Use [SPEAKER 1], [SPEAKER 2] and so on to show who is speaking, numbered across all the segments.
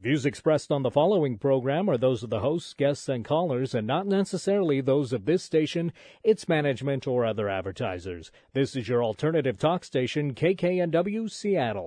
[SPEAKER 1] Views expressed on the following program are those of the hosts, guests, and callers, and not necessarily those of this station, its management, or other advertisers. This is your alternative talk station, KKNW Seattle.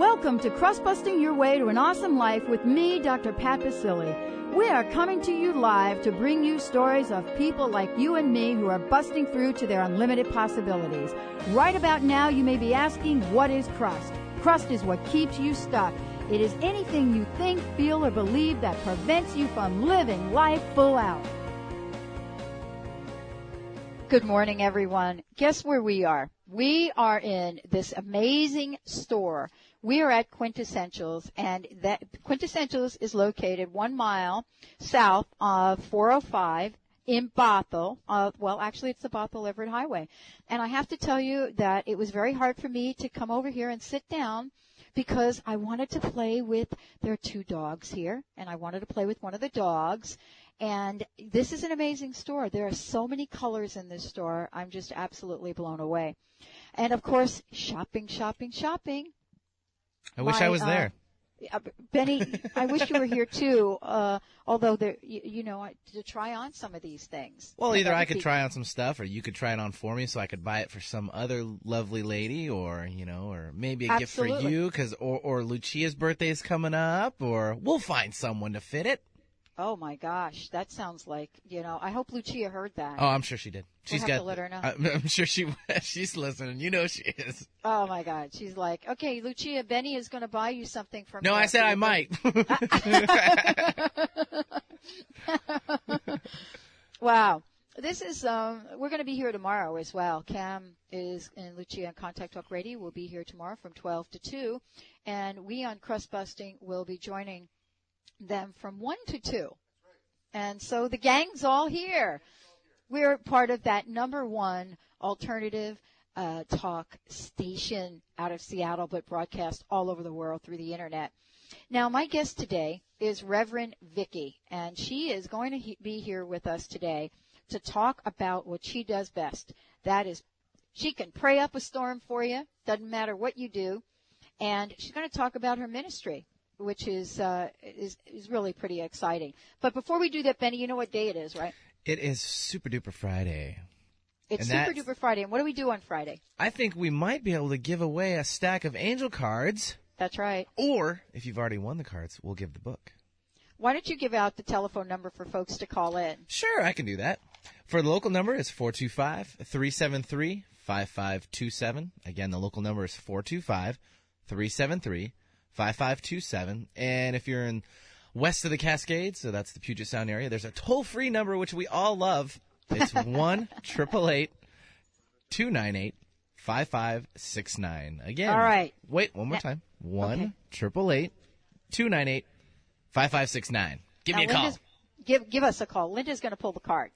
[SPEAKER 2] Welcome to Crust Busting Your Way to an Awesome Life with me, Dr. Pat Basili. We are coming to you live to bring you stories of people like you and me who are busting through to their unlimited possibilities. Right about now, you may be asking, what is crust? Crust is what keeps you stuck. It is anything you think, feel, or believe that prevents you from living life full out. Good morning, everyone. Guess where we are? We are in this amazing store. We are at Quintessentials, and that Quintessentials is located one mile south of 405 in Bothell. Uh, well, actually, it's the Bothell Everett Highway. And I have to tell you that it was very hard for me to come over here and sit down because I wanted to play with there are two dogs here, and I wanted to play with one of the dogs. And this is an amazing store. There are so many colors in this store. I'm just absolutely blown away. And of course, shopping, shopping, shopping.
[SPEAKER 3] I wish
[SPEAKER 2] My,
[SPEAKER 3] I was
[SPEAKER 2] uh,
[SPEAKER 3] there.
[SPEAKER 2] Uh, Benny, I wish you were here too. Uh, although there, you, you know, I- to try on some of these things.
[SPEAKER 3] Well, either
[SPEAKER 2] That
[SPEAKER 3] I
[SPEAKER 2] would
[SPEAKER 3] could
[SPEAKER 2] be-
[SPEAKER 3] try on some stuff, or you could try it on for me, so I could buy it for some other lovely lady, or you know, or maybe a gift for
[SPEAKER 2] Absolutely.
[SPEAKER 3] you, because or or Lucia's birthday is coming up, or we'll find someone to fit it.
[SPEAKER 2] Oh my gosh, that sounds like you know. I hope Lucia heard that.
[SPEAKER 3] Oh, I'm sure she did. She's
[SPEAKER 2] have
[SPEAKER 3] got.
[SPEAKER 2] to let her know.
[SPEAKER 3] I'm, I'm sure she she's listening. You know she is.
[SPEAKER 2] oh my God, she's like, okay, Lucia, Benny is going to buy you something from.
[SPEAKER 3] No,
[SPEAKER 2] me
[SPEAKER 3] I
[SPEAKER 2] after
[SPEAKER 3] said I
[SPEAKER 2] your
[SPEAKER 3] might.
[SPEAKER 2] Uh, Wow. This is, um, we're going to be here tomorrow as well. Cam is and Lucia on Contact Talk Radio will be here tomorrow from 12 to 2. And we on Crust Busting will be joining them from 1 to 2. And so the gang's all here. We're part of that number one alternative uh, talk station out of Seattle, but broadcast all over the world through the internet. Now, my guest today is Reverend Vicky, and she is going to he- be here with us today to talk about what she does best. That is, she can pray up a storm for you, doesn't matter what you do, and she's going to talk about her ministry, which is uh, is is really pretty exciting. But before we do that, Benny, you know what day it is, right?
[SPEAKER 3] it is Super Duper Friday.
[SPEAKER 2] It's
[SPEAKER 3] And
[SPEAKER 2] Super
[SPEAKER 3] that's-
[SPEAKER 2] Duper Friday, and what do we do on Friday?
[SPEAKER 3] I think we might be able to give away a stack of angel cards,
[SPEAKER 2] That's right.
[SPEAKER 3] or if you've already won the cards, we'll give the book.
[SPEAKER 2] Why don't you give out the telephone number for folks to call in?
[SPEAKER 3] Sure, I can do that. For the local number is 425-373-5527. Again, the local number is 425-373-5527. And if you're in west of the Cascades, so that's the Puget Sound area, there's a toll-free number which we all love. It's 1-888-298-5569. Again.
[SPEAKER 2] All right.
[SPEAKER 3] Wait, one more
[SPEAKER 2] Yeah.
[SPEAKER 3] time. 1-888-298-5569. Give me a
[SPEAKER 2] Now,
[SPEAKER 3] call.
[SPEAKER 2] Linda's- Give give us a call. Linda's going to pull the card.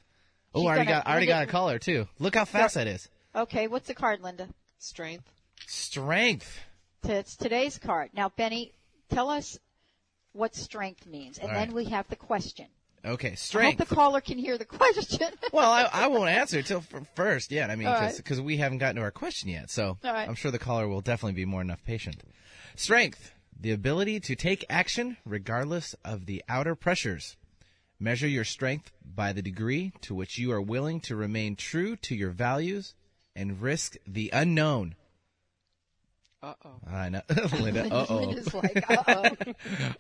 [SPEAKER 3] Oh,
[SPEAKER 2] She's
[SPEAKER 3] I already
[SPEAKER 2] gonna-
[SPEAKER 3] got, I already
[SPEAKER 2] Linda-
[SPEAKER 3] got a caller too. Look how fast that is.
[SPEAKER 2] Okay, what's the card, Linda?
[SPEAKER 4] strength.
[SPEAKER 3] Strength.
[SPEAKER 2] T- It's today's card. Now, Benny, tell us what strength means, and
[SPEAKER 3] All
[SPEAKER 2] then
[SPEAKER 3] right.
[SPEAKER 2] we have the question.
[SPEAKER 3] Okay,
[SPEAKER 2] I hope
[SPEAKER 3] strength.
[SPEAKER 2] the caller can hear the question.
[SPEAKER 3] well, I, I won't answer till f- first yet. I mean,
[SPEAKER 2] All
[SPEAKER 3] because
[SPEAKER 2] right.
[SPEAKER 3] we haven't gotten to our question yet, so
[SPEAKER 2] All right.
[SPEAKER 3] I'm sure the caller will definitely be more enough patient. Strength, the ability to take action regardless of the outer pressures. Measure your strength by the degree to which you are willing to remain true to your values and risk the unknown.
[SPEAKER 4] Uh oh.
[SPEAKER 3] I know, Linda. Uh oh.
[SPEAKER 2] Linda's like, uh-oh.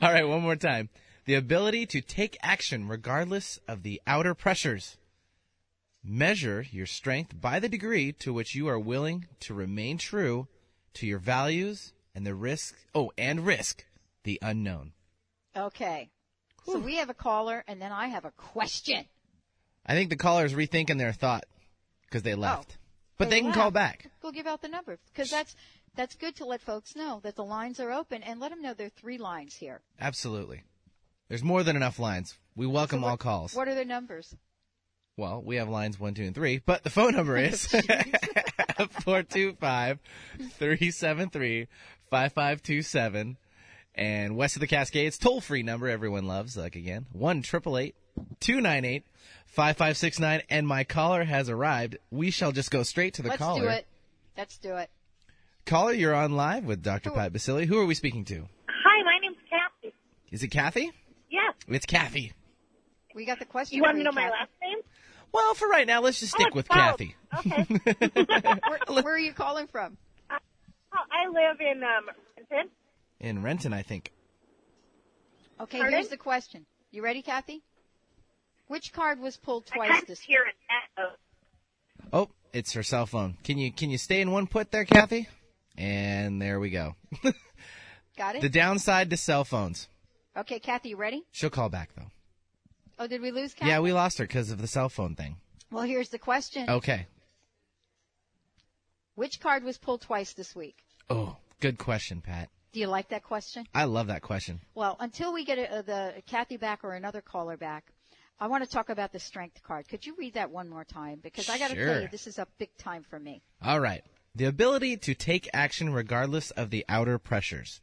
[SPEAKER 3] All right, one more time. The ability to take action regardless of the outer pressures. Measure your strength by the degree to which you are willing to remain true to your values and the risk. Oh, and risk the unknown.
[SPEAKER 2] Okay. So we have a caller, and then I have a question.
[SPEAKER 3] I think the caller is rethinking their thought because they left, but they, can
[SPEAKER 2] laugh.
[SPEAKER 3] call back.
[SPEAKER 2] Go give out the number because that's that's good to let folks know that the lines are open and let them know there are three lines here.
[SPEAKER 3] Absolutely. There's more than enough lines. We welcome all calls.
[SPEAKER 2] What are their numbers?
[SPEAKER 3] Well, we have lines one, two, and three, but the phone number is 425 373 5527. And west of the Cascades, toll free number everyone loves, like again, 1 298 5569. And my caller has arrived. We shall just go straight to the
[SPEAKER 2] Let's
[SPEAKER 3] caller.
[SPEAKER 2] do it. Let's do it.
[SPEAKER 3] Caller, you're on live with Dr. Pat Basili. Who are we speaking to?
[SPEAKER 5] Hi, my name's Kathy.
[SPEAKER 3] Is it Kathy?
[SPEAKER 5] Yes.
[SPEAKER 3] It's Kathy.
[SPEAKER 2] We got the question.
[SPEAKER 5] You want
[SPEAKER 2] for
[SPEAKER 5] to know my
[SPEAKER 2] Kathy.
[SPEAKER 5] last name? Oh,
[SPEAKER 3] Well, for right now, let's just stick
[SPEAKER 5] it's
[SPEAKER 3] with
[SPEAKER 5] both.
[SPEAKER 3] Kathy.
[SPEAKER 5] Okay.
[SPEAKER 2] Where, where are you calling from?
[SPEAKER 5] Well, Oh, I live in um, Renton.
[SPEAKER 3] In Renton, I think.
[SPEAKER 2] Okay,
[SPEAKER 5] Pardon?
[SPEAKER 2] here's the question. You ready, Kathy? Which card was pulled
[SPEAKER 5] I
[SPEAKER 2] twice
[SPEAKER 5] kind
[SPEAKER 2] this
[SPEAKER 5] of hear an echo.
[SPEAKER 3] Oh, it's her cell phone. Can you can you stay in one put there, Kathy? And there we go.
[SPEAKER 2] Got
[SPEAKER 3] the
[SPEAKER 2] it?
[SPEAKER 3] downside to cell phones.
[SPEAKER 2] Okay, Kathy, you ready?
[SPEAKER 3] She'll call back though.
[SPEAKER 2] Oh, did we lose Kathy?
[SPEAKER 3] Yeah, we Oh. lost her because of the cell phone thing.
[SPEAKER 2] Well, here's the question.
[SPEAKER 3] Okay.
[SPEAKER 2] Which card was pulled twice this week?
[SPEAKER 3] Oh, good question, Pat.
[SPEAKER 2] Do you like that question?
[SPEAKER 3] I love that question.
[SPEAKER 2] Well, until we get uh the Kathy back or another caller back, I want to talk about the strength card. Could you read that one more time? Because I got to tell
[SPEAKER 3] Sure.
[SPEAKER 2] you, this is a big time for me.
[SPEAKER 3] All right. The ability to take action regardless of the outer pressures.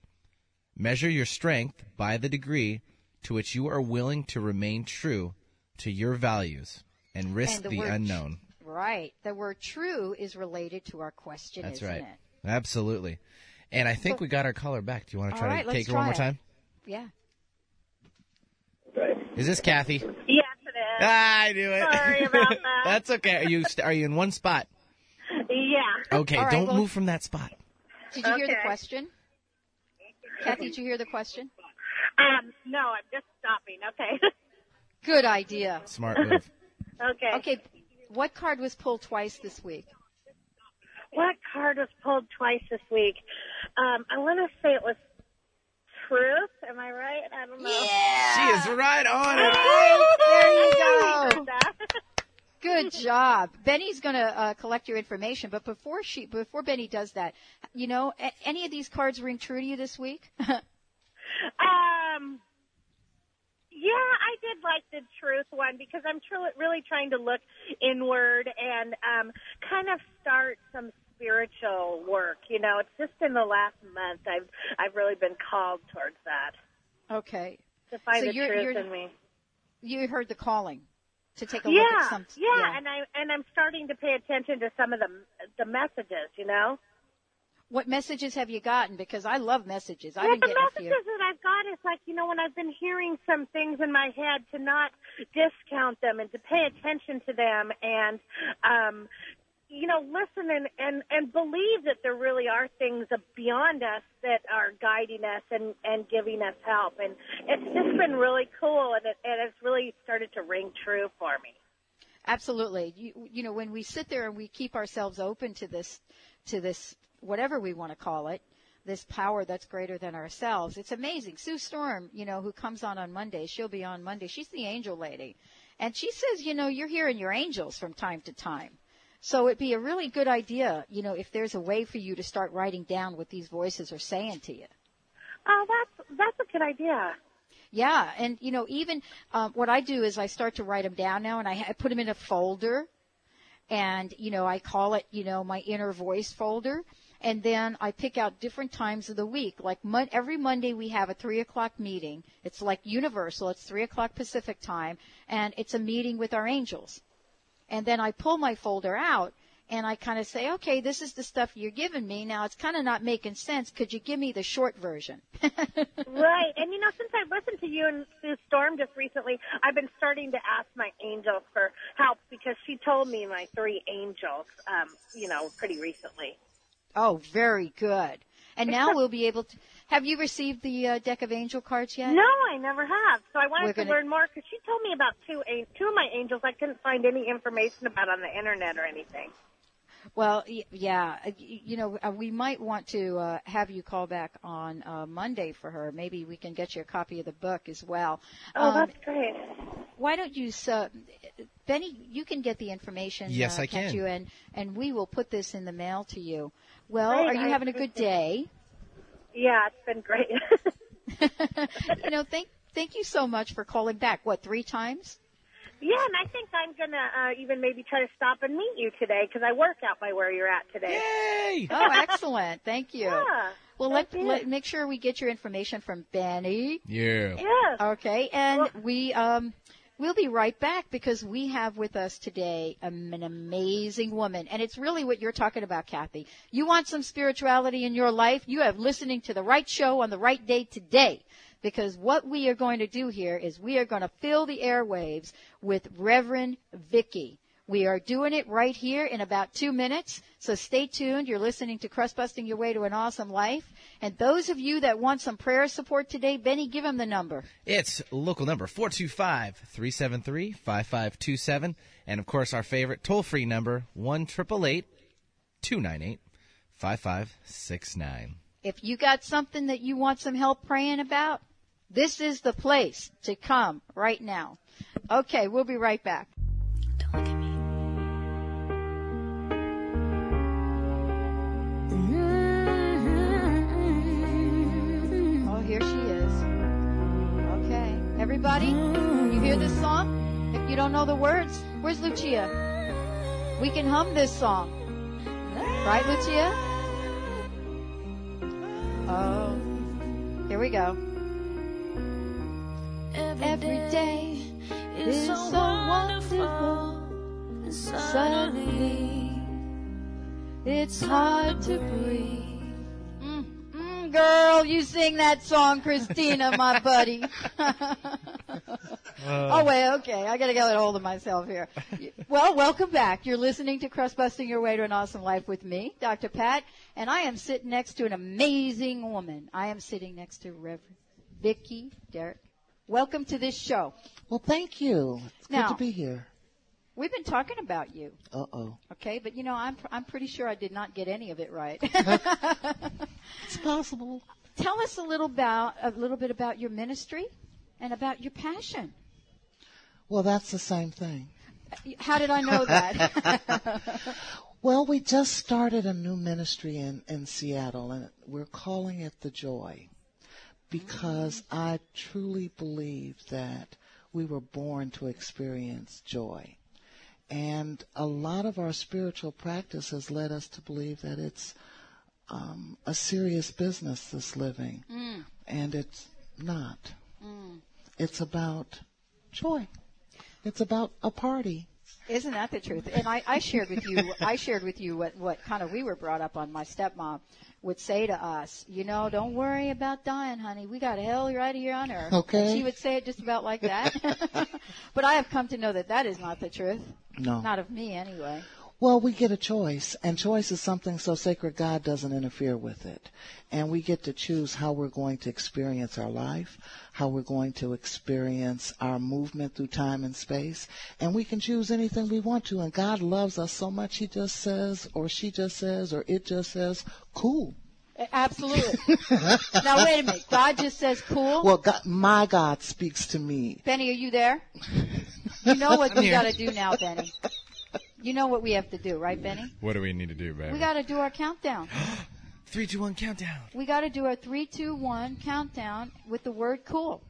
[SPEAKER 3] Measure your strength by the degree to which you are willing to remain true to your values and risk
[SPEAKER 2] And the
[SPEAKER 3] the,
[SPEAKER 2] word-
[SPEAKER 3] unknown.
[SPEAKER 2] Right. The word true is related to our question,
[SPEAKER 3] That's
[SPEAKER 2] isn't
[SPEAKER 3] right.
[SPEAKER 2] it?
[SPEAKER 3] Absolutely. And I think we got our caller back. Do you want to
[SPEAKER 2] All
[SPEAKER 3] try
[SPEAKER 2] right,
[SPEAKER 3] to
[SPEAKER 2] let's
[SPEAKER 3] take her one
[SPEAKER 2] try
[SPEAKER 3] more
[SPEAKER 2] it.
[SPEAKER 3] time?
[SPEAKER 2] Yeah.
[SPEAKER 3] Is this Kathy?
[SPEAKER 5] Yes, it is.
[SPEAKER 3] Ah, I knew it.
[SPEAKER 5] Sorry about that.
[SPEAKER 3] That's okay. Are you st- are you in one spot?
[SPEAKER 5] yeah.
[SPEAKER 3] Okay,
[SPEAKER 2] All right,
[SPEAKER 3] don't
[SPEAKER 2] well-
[SPEAKER 3] move from that spot.
[SPEAKER 2] Did you hear the
[SPEAKER 5] Okay.
[SPEAKER 2] question? Kathy, did you hear the question?
[SPEAKER 5] Um, no, I'm just stopping. Okay.
[SPEAKER 2] Good idea.
[SPEAKER 3] Smart move.
[SPEAKER 5] okay.
[SPEAKER 2] Okay, what card was pulled twice this week?
[SPEAKER 5] What card was pulled twice this week? Um, I want to say it was truth. Am I right? I don't know.
[SPEAKER 3] she is right on it.
[SPEAKER 2] There you
[SPEAKER 5] I
[SPEAKER 2] go.
[SPEAKER 5] heard that.
[SPEAKER 2] Good job. Benny's going to uh, collect your information, but before she, before Benny does that, you know, a- any of these cards ring true to you this week?
[SPEAKER 5] Um, yeah, I did like the truth one because I'm tr- really trying to look inward and um, kind of start some spiritual work. You know, it's just in the last month I've I've really been called towards that
[SPEAKER 2] okay,
[SPEAKER 5] to find
[SPEAKER 2] So
[SPEAKER 5] the
[SPEAKER 2] you're-
[SPEAKER 5] truth
[SPEAKER 2] you're-
[SPEAKER 5] in me.
[SPEAKER 2] you heard the calling to take a
[SPEAKER 5] Yeah,
[SPEAKER 2] look at some.
[SPEAKER 5] yeah, and I and I'm starting to pay attention to some of the the messages. You know,
[SPEAKER 2] what messages have you gotten? Because I love messages. I've
[SPEAKER 5] well,
[SPEAKER 2] been
[SPEAKER 5] the
[SPEAKER 2] getting a few.
[SPEAKER 5] messages that I've got is like, you know, when I've been hearing some things in my head, to not discount them and to pay attention to them and, um, you know, listen and, and, and believe that there really are things beyond us that are guiding us and, and giving us help. And it's just been really cool and, it, and it's really started to ring true for me.
[SPEAKER 2] Absolutely. You, you know, when we sit there and we keep ourselves open to this, to this, whatever we want to call it, this power that's greater than ourselves, it's amazing. Sue Storm, you know, who comes on on Monday, she'll be on Monday. She's the angel lady. And she says, you know, you're hearing your angels from time to time. So it'd be a really good idea, you know, if there's a way for you to start writing down what these voices are saying to you.
[SPEAKER 5] Oh, that's, that's a good idea.
[SPEAKER 2] Yeah, and you know, even um, what I do is I start to write them down now, and I, I put them in a folder, and you know, I call it, you know, my inner voice folder, and then I pick out different times of the week. Like mon- every Monday, we have a three o'clock meeting. It's like universal. It's three o'clock Pacific time, and it's a meeting with our angels. And then I pull my folder out. And I kind of say, okay, this is the stuff you're giving me. Now it's kind of not making sense. Could you give me the short version?
[SPEAKER 5] Right. And you know, since I listened to you and Sue Storm just recently, I've been starting to ask my angels for help because she told me my three angels, um, you know, pretty recently.
[SPEAKER 2] Oh, very good. And now we'll be able to. Have you received the uh, deck of angel cards yet?
[SPEAKER 5] No, I never have. So I
[SPEAKER 2] We're
[SPEAKER 5] wanted
[SPEAKER 2] gonna-
[SPEAKER 5] to learn more because she told me about two, an- two of my angels I couldn't find any information about on the internet or anything.
[SPEAKER 2] Well, y- yeah. uh, y- You know, uh, we might want to uh, have you call back on uh, Monday for her. Maybe we can get you a copy of the book as well.
[SPEAKER 5] Oh,
[SPEAKER 2] Um,
[SPEAKER 5] that's great.
[SPEAKER 2] why don't you, uh, Benny? You can get the information.
[SPEAKER 3] Yes,
[SPEAKER 2] uh,
[SPEAKER 3] I
[SPEAKER 2] can't
[SPEAKER 3] can.
[SPEAKER 2] You and and we will put this in the mail to you. Well,
[SPEAKER 5] Great,
[SPEAKER 2] are you
[SPEAKER 5] I
[SPEAKER 2] having a good
[SPEAKER 5] appreciate
[SPEAKER 2] day?
[SPEAKER 5] it. Yeah, it's been great.
[SPEAKER 2] you know, thank thank you so much for calling back. What three times?
[SPEAKER 5] yeah, and I think I'm going to uh, even maybe try to stop and meet you today because I work out by where you're at today.
[SPEAKER 3] Yay!
[SPEAKER 2] Oh, excellent. Thank you.
[SPEAKER 5] Yeah.
[SPEAKER 2] Well, let,
[SPEAKER 5] Thank you.
[SPEAKER 2] let make sure we get your information from Benny.
[SPEAKER 3] Yeah.
[SPEAKER 5] Yes.
[SPEAKER 2] Okay, and we um We'll be right back because we have with us today um, an amazing woman. And it's really what you're talking about, Kathy. You want some spirituality in your life? You have listening to the right show on the right day today because what we are going to do here is we are going to fill the airwaves with Reverend Vicky. We are doing it right here in about two minutes. So stay tuned. You're listening to Crust Busting Your Way to an Awesome Life. And those of you that want some prayer support today, Benny, give him the number.
[SPEAKER 3] It's local number 425 373 5527. And of course, our favorite toll free number 1 298 5569.
[SPEAKER 2] If you got something that you want some help praying about, this is the place to come right now. Okay, we'll be right back.
[SPEAKER 6] Don't look at me.
[SPEAKER 2] Oh, here she is. Okay. Everybody, you hear this song? If you don't know the words, where's Lucia? We can hum this song. Right, Lucia? Oh. Here we go. Every day
[SPEAKER 6] is so wonderful. And suddenly,
[SPEAKER 2] it's hard to
[SPEAKER 6] breathe.
[SPEAKER 2] Mm, mm, girl, you sing that song, Christina, my buddy.
[SPEAKER 7] Um,
[SPEAKER 2] oh, wait, okay. I got to get a hold of myself here. Well, welcome back. You're listening to Crust Busting Your Way to an Awesome Life with me, Dr. Pat, and I am sitting next to an amazing woman. I am sitting next to Reverend Vicky Derrick. Welcome to this show.
[SPEAKER 7] Well, thank you. It's
[SPEAKER 2] Now-
[SPEAKER 7] good to be here.
[SPEAKER 2] We've been talking about you,
[SPEAKER 7] Uh oh.
[SPEAKER 2] okay? But you know, I'm I'm pretty sure I did not get any of it right.
[SPEAKER 7] It's possible.
[SPEAKER 2] Tell us a little about a little bit about your ministry and about your passion.
[SPEAKER 7] Well, that's the same thing.
[SPEAKER 2] How did I know that?
[SPEAKER 7] Well, we just started a new ministry in, in Seattle, and we're calling it The Joy because I truly believe that we were born to experience joy. And a lot of our spiritual practice has led us to believe that it's um, a serious business, this living. And it's not. It's about joy, it's about a party.
[SPEAKER 2] Isn't that the truth? And I, I shared with you, I shared with you what, what kind of we were brought up on. My stepmom would say to us, you know, don't worry about dying, honey. We got hell right here on earth.
[SPEAKER 7] Okay.
[SPEAKER 2] And she would say it just about like that. but I have come to know that that is not the truth.
[SPEAKER 7] No.
[SPEAKER 2] Not of me anyway.
[SPEAKER 7] Well, we get a choice, and choice is something so sacred God doesn't interfere with it. And we get to choose how we're going to experience our life, how we're going to experience our movement through time and space, and we can choose anything we want to. And God loves us so much, He just says, or she just says, or it just says, cool.
[SPEAKER 2] Absolutely. now wait a minute. God just says cool.
[SPEAKER 7] Well, God, my God speaks to me.
[SPEAKER 2] Benny, are you there? You know what
[SPEAKER 3] I'm
[SPEAKER 2] we
[SPEAKER 3] here.
[SPEAKER 2] got to do now, Benny. You know what we have to do, right, Benny?
[SPEAKER 3] What do we need to do, baby?
[SPEAKER 2] We got to do our countdown.
[SPEAKER 3] 3 2 1 countdown.
[SPEAKER 2] We got to do a three, two, one countdown with the word cool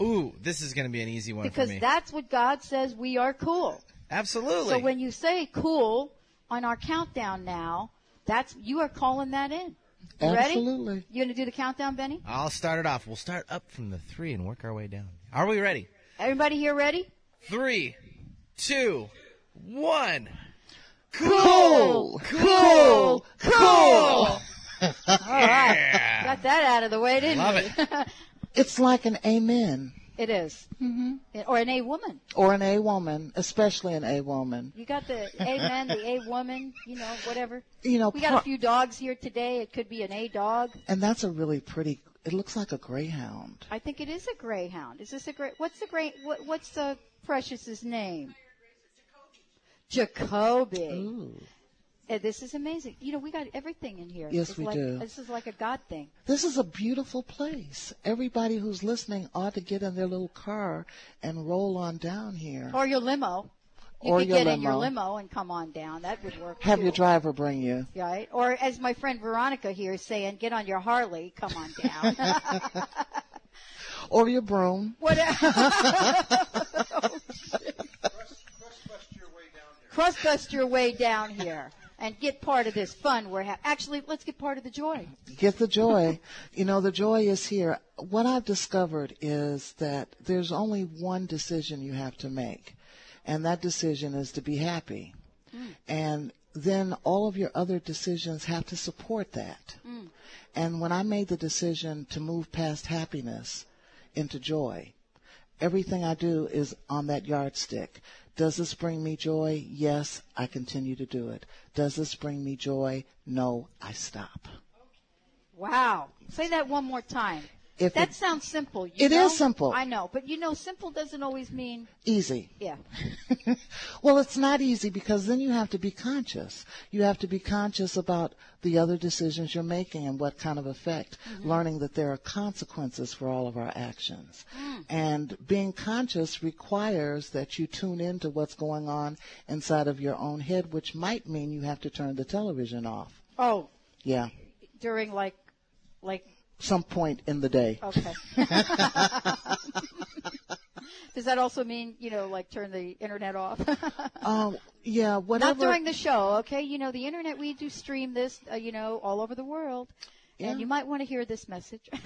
[SPEAKER 3] Ooh, this is going to be an easy one
[SPEAKER 2] because
[SPEAKER 3] for me.
[SPEAKER 2] that's what God says we are cool.
[SPEAKER 3] Absolutely.
[SPEAKER 2] So when you say cool on our countdown now, that's you are calling that in. You ready?
[SPEAKER 7] Absolutely.
[SPEAKER 2] You gonna do the countdown, Benny?
[SPEAKER 3] I'll start it off. We'll start up from the 3 and work our way down. Are we ready?
[SPEAKER 2] Everybody here ready?
[SPEAKER 3] Three, two, one.
[SPEAKER 7] Cool! Cool! Cool!
[SPEAKER 2] All right. Got that out of the way, didn't
[SPEAKER 3] Love
[SPEAKER 2] we?
[SPEAKER 3] it.
[SPEAKER 7] It's like an amen
[SPEAKER 2] It Mm-hmm. Or an A woman.
[SPEAKER 7] or an A woman, especially an A woman.
[SPEAKER 2] You got the A man, the A woman, you know, whatever.
[SPEAKER 7] You know,
[SPEAKER 2] We got
[SPEAKER 7] pro-
[SPEAKER 2] a few dogs here today. It could be an A dog.
[SPEAKER 7] And that's a really pretty. It looks like a greyhound.
[SPEAKER 2] I think it is a greyhound. Is this a great? What's the great? What, what's the precious's name? Jacoby.
[SPEAKER 7] Hmm?
[SPEAKER 2] Uh, This is amazing. You know, we got everything in here.
[SPEAKER 7] Yes,
[SPEAKER 2] It's
[SPEAKER 7] we
[SPEAKER 2] like-
[SPEAKER 7] do.
[SPEAKER 2] This is like a God thing.
[SPEAKER 7] This is a beautiful place. Everybody who's listening ought to get in their little car and roll on down here.
[SPEAKER 2] Or your limo. You
[SPEAKER 7] Or
[SPEAKER 2] could
[SPEAKER 7] your
[SPEAKER 2] get in your
[SPEAKER 7] limo.
[SPEAKER 2] limo and come on down. That would work.
[SPEAKER 7] Have your
[SPEAKER 2] too.
[SPEAKER 7] driver bring you.
[SPEAKER 2] Right? Or as my friend Veronica here is saying, get on your Harley, come on down.
[SPEAKER 7] Or your broom.
[SPEAKER 2] Whatever. Crust bust your way down here. and get part of this fun we're having. Actually, let's get part of the joy.
[SPEAKER 7] get the joy. you know, the joy is here. What I've discovered is that there's only one decision you have to make, and that decision is to be happy. And then all of your other decisions have to support that. And when I made the decision to move past happiness into joy, everything I do is on that yardstick. Does this bring me joy? Yes, I continue to do it. Does this bring me joy? No, I stop.
[SPEAKER 2] Wow. Say that one more time.
[SPEAKER 7] If
[SPEAKER 2] that
[SPEAKER 7] it's
[SPEAKER 2] sounds simple. You
[SPEAKER 7] It is
[SPEAKER 2] know?
[SPEAKER 7] simple.
[SPEAKER 2] I know, but you know, simple doesn't always mean,
[SPEAKER 7] easy,
[SPEAKER 2] yeah.
[SPEAKER 7] well, it's not easy because then you have to be conscious. You have to be conscious about the other decisions you're making and what kind of effect,
[SPEAKER 2] Mm-hmm.
[SPEAKER 7] learning that there are consequences for all of our actions.
[SPEAKER 2] Mm.
[SPEAKER 7] And being conscious requires that you tune into what's going on inside of your own head, which might mean you have to turn the television off.
[SPEAKER 2] Oh,
[SPEAKER 7] Yeah.
[SPEAKER 2] during like, like,
[SPEAKER 7] Some point in the day.
[SPEAKER 2] okay. Does that also mean, you know, like turn the internet off?
[SPEAKER 7] Uh, yeah, whatever.
[SPEAKER 2] Not during the show, okay? You know, the internet, we do stream this, uh, you know, all over the world.
[SPEAKER 7] Yeah.
[SPEAKER 2] And you might want to hear this message.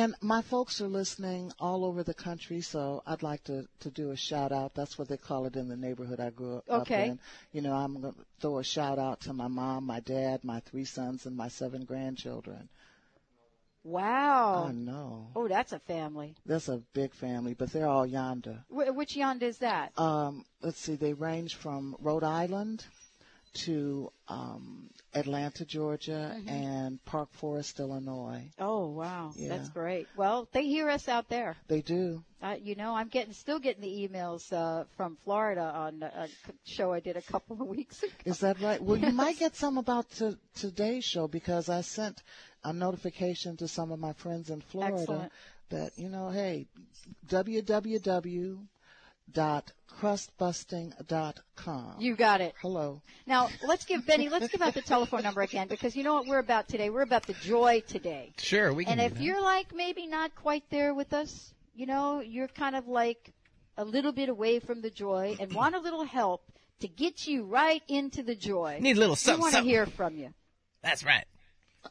[SPEAKER 7] And my folks are listening all over the country, so I'd like to, to do a shout out. That's what they call it in the neighborhood I grew up,
[SPEAKER 2] Okay.
[SPEAKER 7] in. You know, I'm going to throw a shout out to my mom, my dad, my three sons, and my seven grandchildren. I
[SPEAKER 2] wow.
[SPEAKER 7] know.
[SPEAKER 2] Oh, that's a family.
[SPEAKER 7] That's a big family, but they're all yonder.
[SPEAKER 2] Wh- which yond is that?
[SPEAKER 7] Um, let's see, they range from Rhode Island to um, Atlanta, Georgia,
[SPEAKER 2] Mm-hmm.
[SPEAKER 7] and Park Forest, Illinois.
[SPEAKER 2] Oh, wow. That's
[SPEAKER 7] Yeah.
[SPEAKER 2] great. Well, they hear us out there.
[SPEAKER 7] They do.
[SPEAKER 2] Uh, you know, I'm getting still getting the emails uh, from Florida on a c- show I did a couple of weeks ago.
[SPEAKER 7] Is that right? Well, you might get some about to, today's show because I sent a notification to some of my friends in Florida
[SPEAKER 2] Excellent.
[SPEAKER 7] that, you know, hey, www.crustbusting.com.
[SPEAKER 2] You got it.
[SPEAKER 7] Hello.
[SPEAKER 2] Now let's give Benny. Let's give out the telephone number again because you know what we're about today. We're about the joy today.
[SPEAKER 3] Sure, we can.
[SPEAKER 2] And
[SPEAKER 3] do
[SPEAKER 2] if
[SPEAKER 3] that.
[SPEAKER 2] you're like maybe not quite there with us, you know, you're kind of like a little bit away from the joy and want a little help to get you right into the joy.
[SPEAKER 3] Need a little
[SPEAKER 2] we
[SPEAKER 3] something,
[SPEAKER 2] want to
[SPEAKER 3] something.
[SPEAKER 2] hear from you.
[SPEAKER 3] That's right.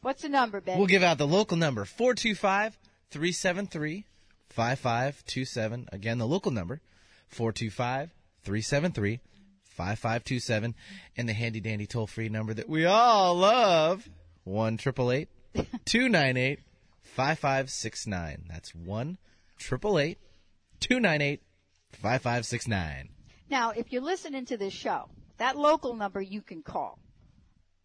[SPEAKER 2] What's the number, Benny?
[SPEAKER 3] We'll give out the local number 425 373 5527. Again, the local number 425 373 5527. And the handy dandy toll free number that we all love 1 298 5569. That's 1 298 5569.
[SPEAKER 2] Now, if you're listening to this show, that local number you can call.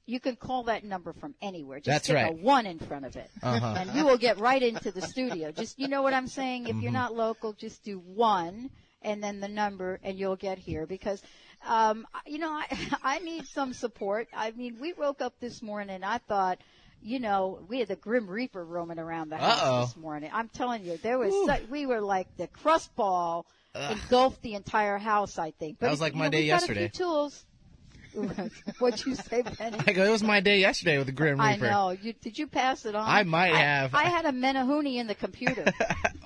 [SPEAKER 2] You can call that number from anywhere. Just
[SPEAKER 3] That's
[SPEAKER 2] stick a
[SPEAKER 3] right. Uh-huh.
[SPEAKER 2] one in front of it, and you will get right into the studio. Just you know what I'm saying. If
[SPEAKER 3] Mm-hmm.
[SPEAKER 2] you're not local, just do one and then the number, and you'll get here. Because, um, I- you know, I, I need some support. I mean, we woke up this morning. I thought, you know, we had the Grim Reaper roaming around the house
[SPEAKER 3] Uh-oh.
[SPEAKER 2] this morning. I'm telling you, there was su- we were like the crust ball engulfed the entire house. I think. But
[SPEAKER 3] That was
[SPEAKER 2] if-
[SPEAKER 3] like
[SPEAKER 2] you
[SPEAKER 3] my
[SPEAKER 2] know,
[SPEAKER 3] day
[SPEAKER 2] we've
[SPEAKER 3] yesterday.
[SPEAKER 2] Got a few tools. What'd you say, Benny?
[SPEAKER 3] I go, it was my day yesterday with the Grim
[SPEAKER 2] I
[SPEAKER 3] Reaper.
[SPEAKER 2] know. You, did you pass it on?
[SPEAKER 3] I might have.
[SPEAKER 2] I had a Menahuni in the computer.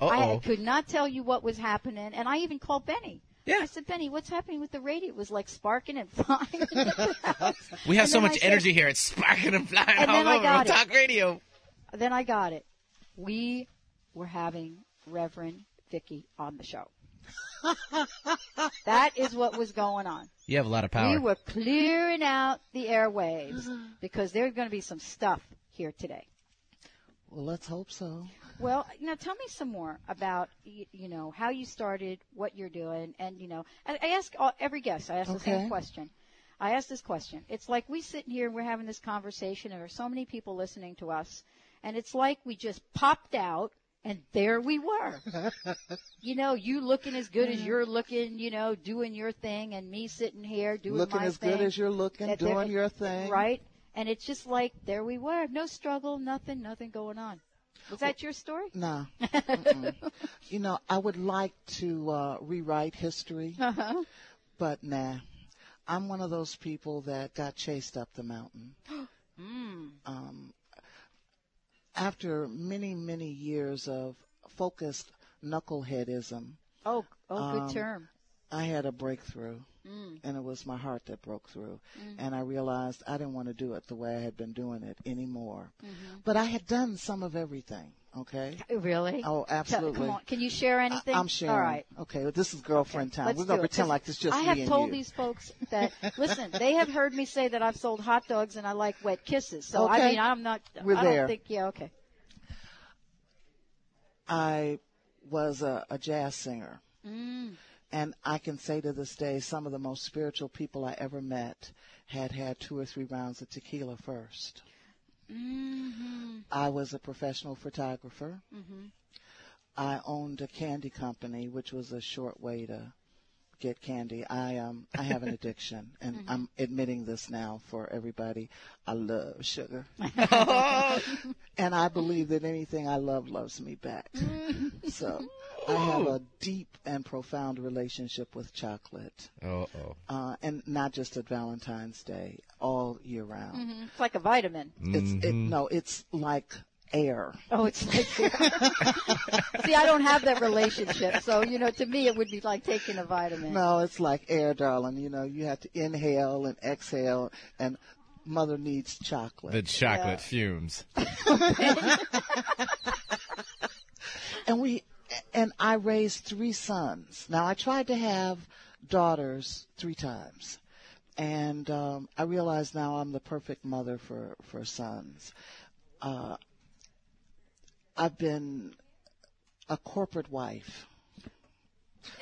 [SPEAKER 2] I
[SPEAKER 3] Uh-oh.
[SPEAKER 2] could not tell you what was happening, and I even called Benny.
[SPEAKER 3] Yeah.
[SPEAKER 2] I said, Benny, what's happening with the radio? It was like sparking and flying.
[SPEAKER 3] We have
[SPEAKER 2] and
[SPEAKER 3] so
[SPEAKER 2] then I
[SPEAKER 3] much
[SPEAKER 2] said-
[SPEAKER 3] energy here. It's sparking and flying
[SPEAKER 2] And
[SPEAKER 3] all
[SPEAKER 2] then I
[SPEAKER 3] over
[SPEAKER 2] got
[SPEAKER 3] on
[SPEAKER 2] it.
[SPEAKER 3] talk radio.
[SPEAKER 2] then I got it. We were having Reverend Vicky on the show. that is what was going on.
[SPEAKER 3] You have a lot of power.
[SPEAKER 2] We were clearing out the airwaves because there's going to be some stuff here today.
[SPEAKER 7] Well, let's hope so.
[SPEAKER 2] Well, now tell me some more about y- you know how you started, what you're doing, and you know I, I ask all, every guest. I ask the
[SPEAKER 7] Okay.
[SPEAKER 2] same question. I ask this question. It's like we sit here and we're having this conversation, and there are so many people listening to us, and it's like we just popped out. And there we were. you know, you looking as good
[SPEAKER 7] Mm-hmm.
[SPEAKER 2] as you're looking, you know, doing your thing, and me sitting here doing
[SPEAKER 7] looking
[SPEAKER 2] my
[SPEAKER 7] as
[SPEAKER 2] thing
[SPEAKER 7] good as you're looking,
[SPEAKER 2] that there-
[SPEAKER 7] doing your thing.
[SPEAKER 2] right? And it's just like there we were, no struggle, nothing, nothing going on. Was that your story?
[SPEAKER 7] No. Mm-mm. you know, I would like to uh, rewrite history,
[SPEAKER 2] Uh-huh.
[SPEAKER 7] but nah. I'm one of those people that got chased up the mountain.
[SPEAKER 2] Mm.
[SPEAKER 7] Um, after many, many years of focused knuckleheadism,
[SPEAKER 2] Oh, oh,
[SPEAKER 7] Um,
[SPEAKER 2] good term.
[SPEAKER 7] I had a breakthrough,
[SPEAKER 2] Mm.
[SPEAKER 7] and it was my heart that broke through. And I realized I didn't want to do it the way I had been doing it anymore.
[SPEAKER 2] Mm-hmm.
[SPEAKER 7] But I had done some of everything, okay?
[SPEAKER 2] Really?
[SPEAKER 7] Oh, absolutely.
[SPEAKER 2] Come on. Can you share
[SPEAKER 7] I-
[SPEAKER 2] anything?
[SPEAKER 7] I'm sharing.
[SPEAKER 2] All right.
[SPEAKER 7] Okay, well, this is girlfriend time.
[SPEAKER 2] Let's
[SPEAKER 7] We're gonna
[SPEAKER 2] do it.
[SPEAKER 7] pretend
[SPEAKER 2] This-
[SPEAKER 7] like this just
[SPEAKER 2] I
[SPEAKER 7] me
[SPEAKER 2] have
[SPEAKER 7] and
[SPEAKER 2] told
[SPEAKER 7] you.
[SPEAKER 2] these folks that listen. They have heard me say that I've sold hot dogs and I like wet kisses. So I
[SPEAKER 7] Okay.
[SPEAKER 2] mean, I'm not.
[SPEAKER 7] We're
[SPEAKER 2] I
[SPEAKER 7] there.
[SPEAKER 2] don't think. Yeah. Okay.
[SPEAKER 7] I was a, a jazz singer.
[SPEAKER 2] Mm.
[SPEAKER 7] And I can say to this day, some of the most spiritual people I ever met had had two or three rounds of tequila 1st
[SPEAKER 2] Mm-hmm.
[SPEAKER 7] I was a professional photographer. I owned a candy company, which was a short way to get candy. I um I have an addiction, and
[SPEAKER 2] Mm-hmm.
[SPEAKER 7] I'm admitting this now for everybody. I love sugar, and I believe that anything I love loves me back. so I have a deep and profound relationship with chocolate,
[SPEAKER 3] Oh, oh.
[SPEAKER 7] uh, and not just at Valentine's Day, all year round.
[SPEAKER 2] It's like a vitamin.
[SPEAKER 7] It's it, no, it's like air.
[SPEAKER 2] Oh, it's like. See, I don't have that relationship, so you know, to me, it would be like taking a vitamin.
[SPEAKER 7] No, it's like air, darling. You know, you have to inhale and exhale, and mother needs chocolate.
[SPEAKER 3] The chocolate fumes.
[SPEAKER 7] and we, and I raised three sons. Now I tried to have daughters three times, and um, I realize now I'm the perfect mother for for sons. Uh, I've been a corporate wife.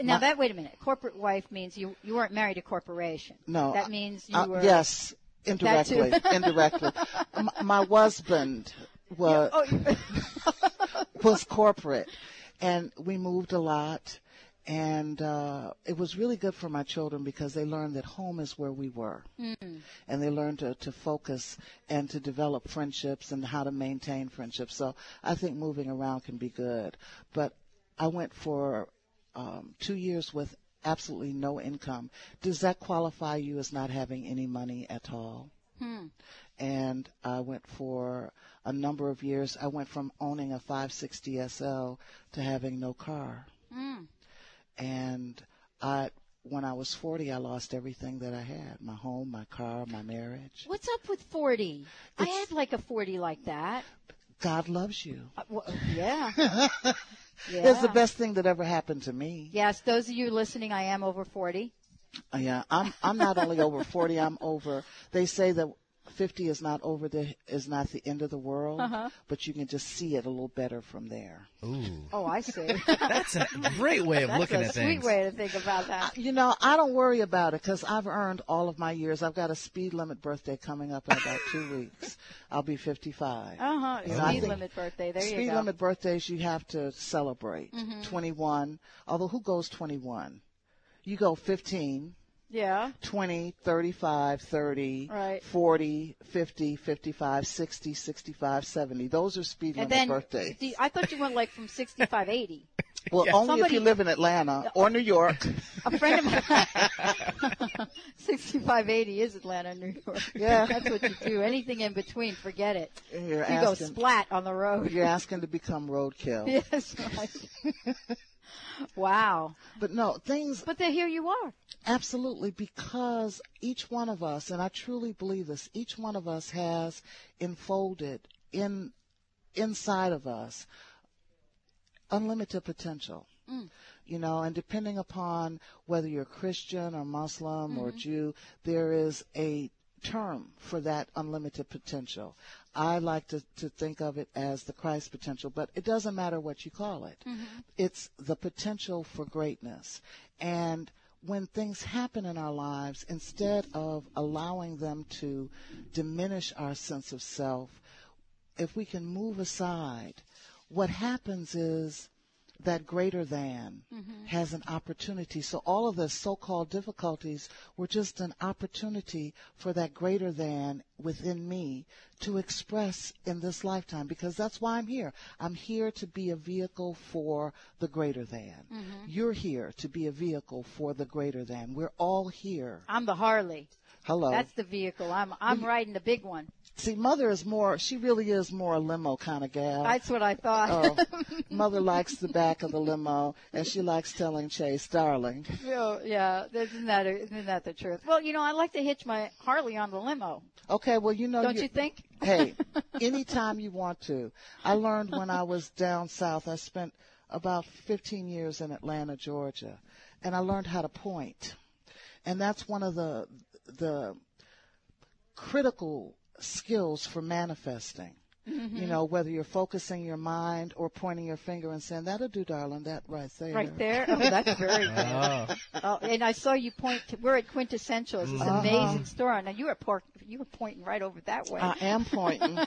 [SPEAKER 2] now that wait a minute. Corporate wife means you you weren't married to corporation.
[SPEAKER 7] No,
[SPEAKER 2] That
[SPEAKER 7] I-
[SPEAKER 2] means you
[SPEAKER 7] Uh,
[SPEAKER 2] were.
[SPEAKER 7] yes, indirectly, indirectly. M- my husband was
[SPEAKER 2] Oh, you-
[SPEAKER 7] was corporate, and we moved a lot, and uh, it was really good for my children because they learned that home is where we were, and they learned to, to focus and to develop friendships and how to maintain friendships. So I think moving around can be good, but I went for um, two years with absolutely no income. Does that qualify you as not having any money at all? and I went for a number of years. I went from owning a 560 SL to having no car. And I, when I was 40, I lost everything that I had my home, my car, my marriage.
[SPEAKER 2] what's up with forty? I had like a forty like that.
[SPEAKER 7] God loves you.
[SPEAKER 2] Uh, well, yeah. yeah.
[SPEAKER 7] It's the best thing that ever happened to me.
[SPEAKER 2] Yes, those of you listening, I am over 40.
[SPEAKER 7] Yeah, I'm, I'm not only over 40, I'm over. They say that 50 is not over the, is not the end of the world, but you can just see it a little better from there.
[SPEAKER 2] Oh, I see.
[SPEAKER 3] That's a great way of
[SPEAKER 2] That's
[SPEAKER 3] looking
[SPEAKER 2] a
[SPEAKER 3] at
[SPEAKER 2] sweet
[SPEAKER 3] things.
[SPEAKER 2] way to think about that.
[SPEAKER 7] You know, I don't worry about it because I've earned all of my years. I've got a speed limit birthday coming up in about two weeks. I'll be 55.
[SPEAKER 2] Uh huh.
[SPEAKER 7] Yeah, I
[SPEAKER 2] Speed
[SPEAKER 7] think-
[SPEAKER 2] limit birthday. There
[SPEAKER 7] speed
[SPEAKER 2] you go.
[SPEAKER 7] limit birthdays you have to celebrate. 21, although who goes 21? You go 15,
[SPEAKER 2] Yeah.
[SPEAKER 7] 20, 35, 30,
[SPEAKER 2] Right.
[SPEAKER 7] 40, 50, 55, 60, 65, 70. Those are
[SPEAKER 2] And
[SPEAKER 7] speed limit
[SPEAKER 2] then
[SPEAKER 7] birthdays.
[SPEAKER 2] do you- I thought you went like from 65, 80.
[SPEAKER 7] well, only if
[SPEAKER 2] Somebody-
[SPEAKER 7] you live in Atlanta or New York.
[SPEAKER 2] A friend of mine, 65, 80 is Atlanta, New York.
[SPEAKER 7] Yeah.
[SPEAKER 2] That's what you do. Anything in between, forget it.
[SPEAKER 7] You're
[SPEAKER 2] You go
[SPEAKER 7] asking,
[SPEAKER 2] splat on the road.
[SPEAKER 7] you're asking to become roadkill.
[SPEAKER 2] Yes. right. wow.
[SPEAKER 7] But no, things
[SPEAKER 2] But then here you are.
[SPEAKER 7] Absolutely, because each one of us, and I truly believe this, each one of us has enfolded in inside of us unlimited potential. You know, and depending upon whether you're Christian or Muslim or Jew, there is a term for that unlimited potential. I like to, to think of it as the Christ potential, but it doesn't matter what you call it. It's the potential for greatness. And when things happen in our lives, instead of allowing them to diminish our sense of self, if we can move aside, what happens is that greater than
[SPEAKER 2] Mm-hmm.
[SPEAKER 7] has an opportunity. So all of the so-called difficulties were just an opportunity for that greater than within me to express in this lifetime because that's why I'm here. I'm here to be a vehicle for the greater than.
[SPEAKER 2] Mm-hmm.
[SPEAKER 7] You're here to be a vehicle for the greater than. We're all here.
[SPEAKER 2] I'm the Harley.
[SPEAKER 7] Hello.
[SPEAKER 2] That's the vehicle. I'm
[SPEAKER 7] Mm.
[SPEAKER 2] I'm riding the big one.
[SPEAKER 7] See, mother is more. She really is more a limo kind of gal.
[SPEAKER 2] That's what I thought.
[SPEAKER 7] Oh, mother likes the back of the limo, and she likes telling Chase, "Darling,
[SPEAKER 2] Yeah, yeah, isn't that isn't that the truth? Well, you know, I like to hitch my Harley on the limo.
[SPEAKER 7] okay, well, you know,
[SPEAKER 2] Don't
[SPEAKER 7] Oh, you-
[SPEAKER 2] you think?
[SPEAKER 7] hey, anytime you want to. I learned when I was down south, I spent about 15 years in Atlanta, Georgia, and I learned how to point. And that's one of the, the critical skills for manifesting.
[SPEAKER 2] Mm-hmm.
[SPEAKER 7] You know, whether you're focusing your mind or pointing your finger and saying, that'll do, darling, that right there.
[SPEAKER 2] Right there. Oh, that's very good.
[SPEAKER 3] Oh,
[SPEAKER 2] Oh, and I saw you point. To, we're at Quintessentials. It's an amazing store. Now you were por- you were pointing right over that way.
[SPEAKER 7] I am pointing,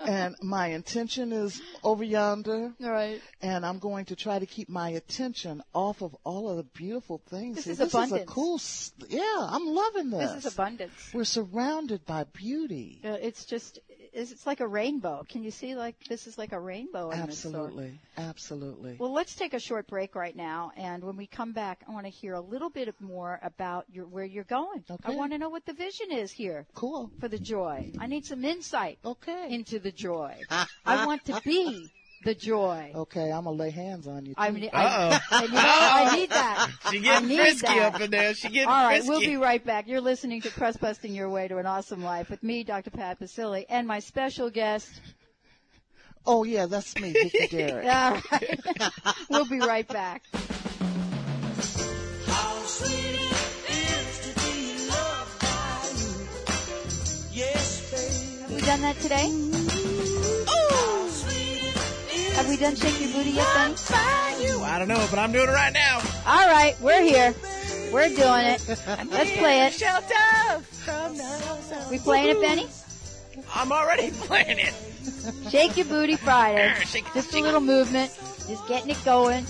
[SPEAKER 7] and my intention is over yonder.
[SPEAKER 2] right.
[SPEAKER 7] and I'm going to try to keep my attention off of all of the beautiful things.
[SPEAKER 2] This
[SPEAKER 7] here.
[SPEAKER 2] is
[SPEAKER 7] this is a
[SPEAKER 2] abundance.
[SPEAKER 7] cool. s- Yeah, I'm loving this.
[SPEAKER 2] This is abundance.
[SPEAKER 7] We're surrounded by beauty.
[SPEAKER 2] Uh, It's just it's it's like a rainbow. Can you see like this is like a rainbow? in this store?
[SPEAKER 7] Absolutely, absolutely.
[SPEAKER 2] Well, let's take a short break right now, and when we come back, I want to hear a little bit more about your where you're going. I
[SPEAKER 7] Okay.
[SPEAKER 2] want to know what the vision is here
[SPEAKER 7] cool.
[SPEAKER 2] for the joy. I need some insight
[SPEAKER 7] Okay.
[SPEAKER 2] into the joy. I want to be the joy.
[SPEAKER 7] okay, I'm gonna lay hands on you.
[SPEAKER 2] I,
[SPEAKER 7] too.
[SPEAKER 2] mean,
[SPEAKER 3] Uh-oh.
[SPEAKER 2] I, and you know, I need that.
[SPEAKER 3] she
[SPEAKER 2] I
[SPEAKER 3] getting
[SPEAKER 2] need
[SPEAKER 3] frisky
[SPEAKER 2] that.
[SPEAKER 3] up in there. She getting
[SPEAKER 2] All right,
[SPEAKER 3] frisky.
[SPEAKER 2] we'll be right back. You're listening to Crust Busting Your Way to an Awesome Life with me, Dr. Pat Basili, and my special guest,
[SPEAKER 7] oh yeah, that's me, Vicky Garrett.
[SPEAKER 2] All right. we'll be right back. Have we done that today? Have we done Shake Your Booty yet, Benny?
[SPEAKER 3] Ooh, I don't know, but I'm doing it right now.
[SPEAKER 2] All right, we're here. We're doing it. Let's play it. We playing it, Benny?
[SPEAKER 3] I'm already playing it.
[SPEAKER 2] Shake your booty Friday.
[SPEAKER 3] Arr, shake it,
[SPEAKER 2] Just a
[SPEAKER 3] shake
[SPEAKER 2] little movement. Just getting it going.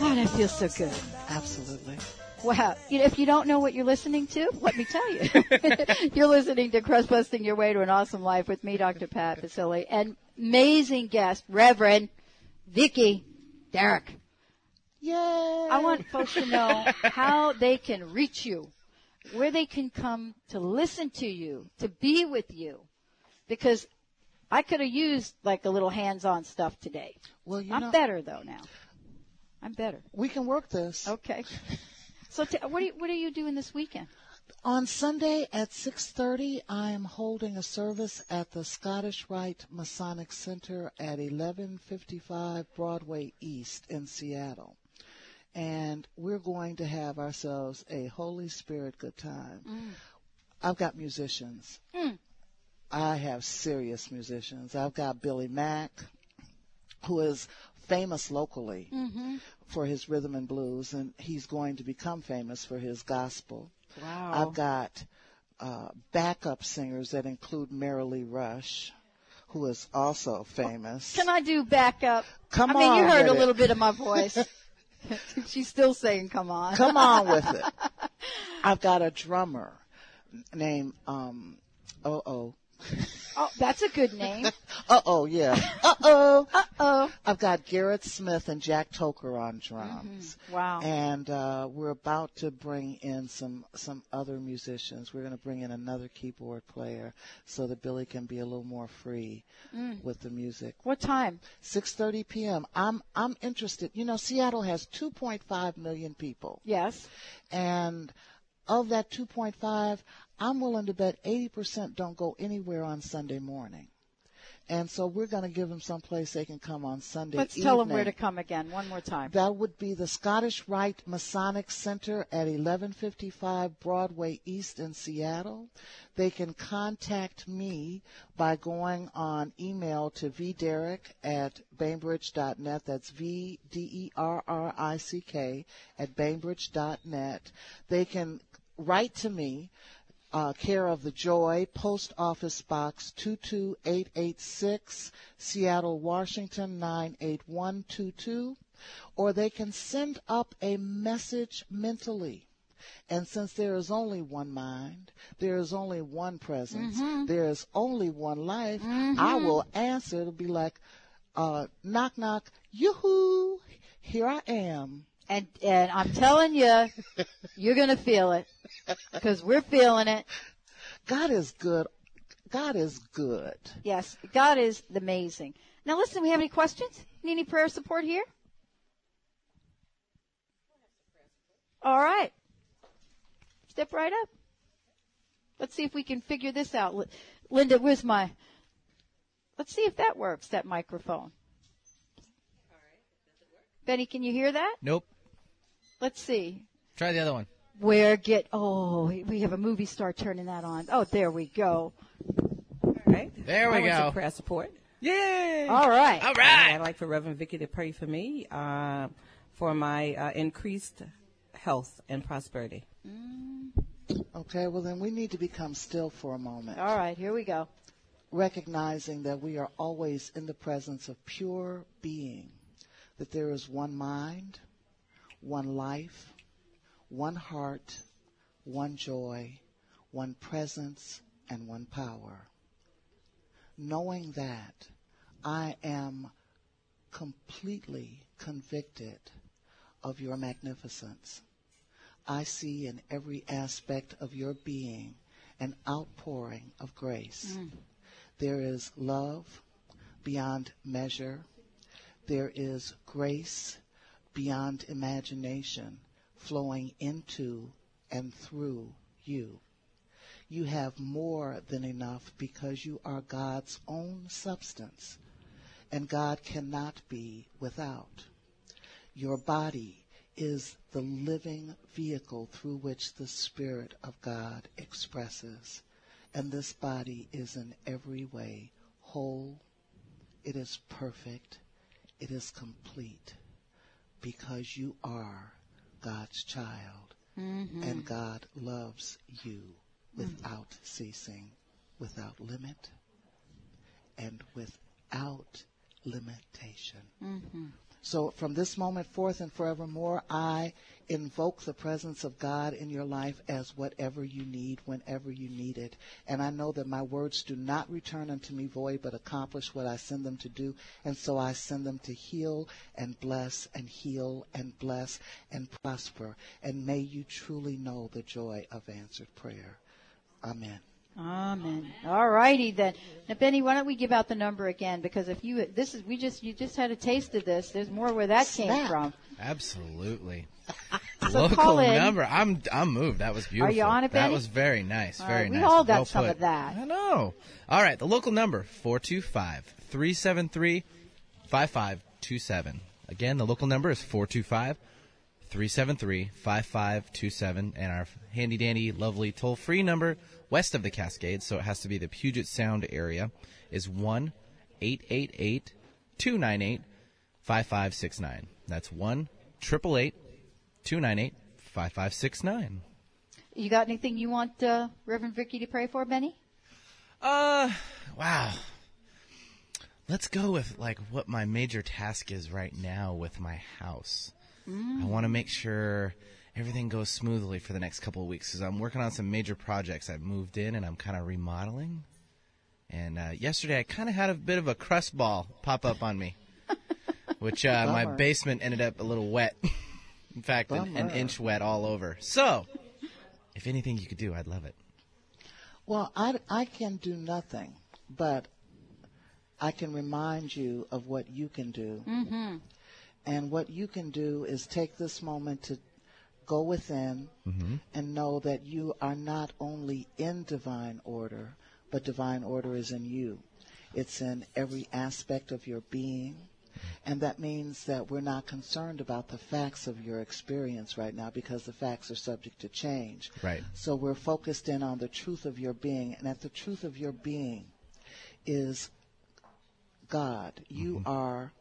[SPEAKER 2] Oh, that feels so good.
[SPEAKER 7] Absolutely.
[SPEAKER 2] Wow. You know, if you don't know what you're listening to, let me tell you. you're listening to Crust Busting Your Way to an Awesome Life with me, Dr. Pat Basili, and amazing guest, Reverend Vicky Derrick.
[SPEAKER 7] Yay!
[SPEAKER 2] I want folks to know how they can reach you, where they can come to listen to you, to be with you, because I could have used like a little hands-on stuff today.
[SPEAKER 7] Well, you
[SPEAKER 2] I'm
[SPEAKER 7] know,
[SPEAKER 2] better though now. I'm better.
[SPEAKER 7] we can work this.
[SPEAKER 2] Okay. So t- what, are you, what are you doing this weekend?
[SPEAKER 7] On Sunday at 6:30, I am holding a service at the Scottish Rite Masonic Center at 1155 Broadway East in Seattle. And we're going to have ourselves a Holy Spirit good time.
[SPEAKER 2] Mm.
[SPEAKER 7] I've got musicians.
[SPEAKER 2] Hmm.
[SPEAKER 7] I have serious musicians. I've got Billy Mack, who is famous locally
[SPEAKER 2] Mm-hmm.
[SPEAKER 7] for his rhythm and blues, and he's going to become famous for his gospel.
[SPEAKER 4] Wow.
[SPEAKER 7] I've got uh, backup singers that include Marilee Rush, who is also famous.
[SPEAKER 2] Oh, Can I do backup?
[SPEAKER 7] Come
[SPEAKER 2] I mean, you
[SPEAKER 7] on
[SPEAKER 2] heard
[SPEAKER 7] with
[SPEAKER 2] a
[SPEAKER 7] it.
[SPEAKER 2] little bit of my voice. She's still saying, "Come on."
[SPEAKER 7] Come on with it. I've got a drummer named um, Oh Oh.
[SPEAKER 2] Oh, that's a good name.
[SPEAKER 7] Uh oh, yeah. Uh oh.
[SPEAKER 2] Oh,
[SPEAKER 7] I've got Garrett Smith and Jack Toker on drums.
[SPEAKER 2] Mm-hmm. wow.
[SPEAKER 7] And uh, we're about to bring in some some other musicians. We're going to bring in another keyboard player so that Billy can be a little more free with the music.
[SPEAKER 2] What time?
[SPEAKER 7] 6:30 p.m. I'm I'm interested. You know, Seattle has 2.5 million people,
[SPEAKER 2] Yes.
[SPEAKER 7] and of that 2.5, I'm willing to bet 80% don't go anywhere on Sunday morning. And so we're going to give them someplace they can come on Sunday
[SPEAKER 2] Let's
[SPEAKER 7] evening.
[SPEAKER 2] tell them where to come again one more time.
[SPEAKER 7] That would be the Scottish Rite Masonic Center at 1155 Broadway East in Seattle. They can contact me by going on email to vderrick at bainbridge.net. That's V D E R R I C K at bainbridge.net. They can write to me uh, care of the Joy, Post Office Box 22886, Seattle, Washington 98122, or they can send up a message mentally. And since there is only one mind, there is only one presence, there is only one life, I will answer. It'll be like, uh, knock, knock, yoo-hoo, here I am.
[SPEAKER 2] And and I'm telling you, you're gonna feel it because we're feeling it.
[SPEAKER 7] God is good. God is good.
[SPEAKER 2] Yes, God is amazing. Now, listen, we have any questions? Need any prayer support here? All right. Step right up. Let's see if we can figure this out. Li- Linda, where's my. Let's see if that works, that microphone. Benny, can you hear that?
[SPEAKER 3] Nope.
[SPEAKER 2] Let's see.
[SPEAKER 3] Try the other one.
[SPEAKER 2] Where get oh we have a movie star turning that on. Oh there we go.
[SPEAKER 8] All right.
[SPEAKER 3] There we
[SPEAKER 8] I want
[SPEAKER 3] go. Ah!
[SPEAKER 8] some prayer support.
[SPEAKER 3] Yay!
[SPEAKER 2] All right.
[SPEAKER 3] All
[SPEAKER 8] And
[SPEAKER 3] right.
[SPEAKER 8] I'd like for Reverend Vicky to pray for me uh, for my uh, increased health and prosperity.
[SPEAKER 7] Okay, well then we need to become still for a moment.
[SPEAKER 2] All right, here we go.
[SPEAKER 7] recognizing that we are always in the presence of pure being, that there is one mind, one life, one heart, one joy, one presence, and one power. Knowing that, I am completely convicted of your magnificence. I see in every aspect of your being an outpouring of grace. There is love beyond measure. There is grace beyond imagination flowing into and through you. You have more than enough because you are God's own substance, and God cannot be without. Your body is the living vehicle through which the Spirit of God expresses. And this body is in every way whole. It is perfect. It is complete. Because you are God's child. And God loves you without ceasing, without limit, and without limitation. So from this moment forth and forevermore, I invoke the presence of God in your life as whatever you need, whenever you need it. And I know that my words do not return unto me void, but accomplish what I send them to do. And so I send them to heal and bless and heal and bless and prosper. And may you truly know the joy of answered prayer. Amen.
[SPEAKER 2] Amen. All righty then. Now Benny, why don't we give out the number again? Because if you this is we just you just had a taste of this. There's more where that came
[SPEAKER 7] Snap.
[SPEAKER 2] from.
[SPEAKER 3] Absolutely.
[SPEAKER 2] So
[SPEAKER 3] Local
[SPEAKER 2] call in.
[SPEAKER 3] number. I'm I'm moved. That was beautiful.
[SPEAKER 2] on it,
[SPEAKER 3] That
[SPEAKER 2] Benny?
[SPEAKER 3] was very nice. very
[SPEAKER 2] right, we
[SPEAKER 3] nice.
[SPEAKER 2] all got
[SPEAKER 3] Well
[SPEAKER 2] some
[SPEAKER 3] put.
[SPEAKER 2] of that.
[SPEAKER 3] I know. All right. The local number 425-373-5527. Again, the local number is 425-373-5527 and our handy dandy lovely toll-free number west of the Cascades, so it has to be the Puget Sound area is 1-888-298-5569. That's 1 298 5569.
[SPEAKER 2] You got anything you want uh, Reverend Vicky to pray for, Benny?
[SPEAKER 3] Uh, wow. Let's go with like what my major task is right now with my house.
[SPEAKER 7] Mm.
[SPEAKER 3] I want to make sure everything goes smoothly for the next couple of weeks because I'm working on some major projects. I've moved in and I'm kind of remodeling. And uh, yesterday I kind of had a bit of a crust ball pop up on me, which uh, my
[SPEAKER 7] Bummer.
[SPEAKER 3] basement ended up a little wet. In fact, an, an
[SPEAKER 7] Bummer.
[SPEAKER 3] inch wet all over. So, if anything you could do, I'd love it.
[SPEAKER 7] Well, I, I can do nothing, but I can remind you of what you can do. Mm-hmm. And what you can do is take this moment to go within and know that you are not only in divine order, but divine order is in you. It's in every aspect of your being. And that means that we're not concerned about the facts of your experience right now because the facts are subject to change.
[SPEAKER 3] Right.
[SPEAKER 7] So we're focused in on the truth of your being. And at the truth of your being is God. You are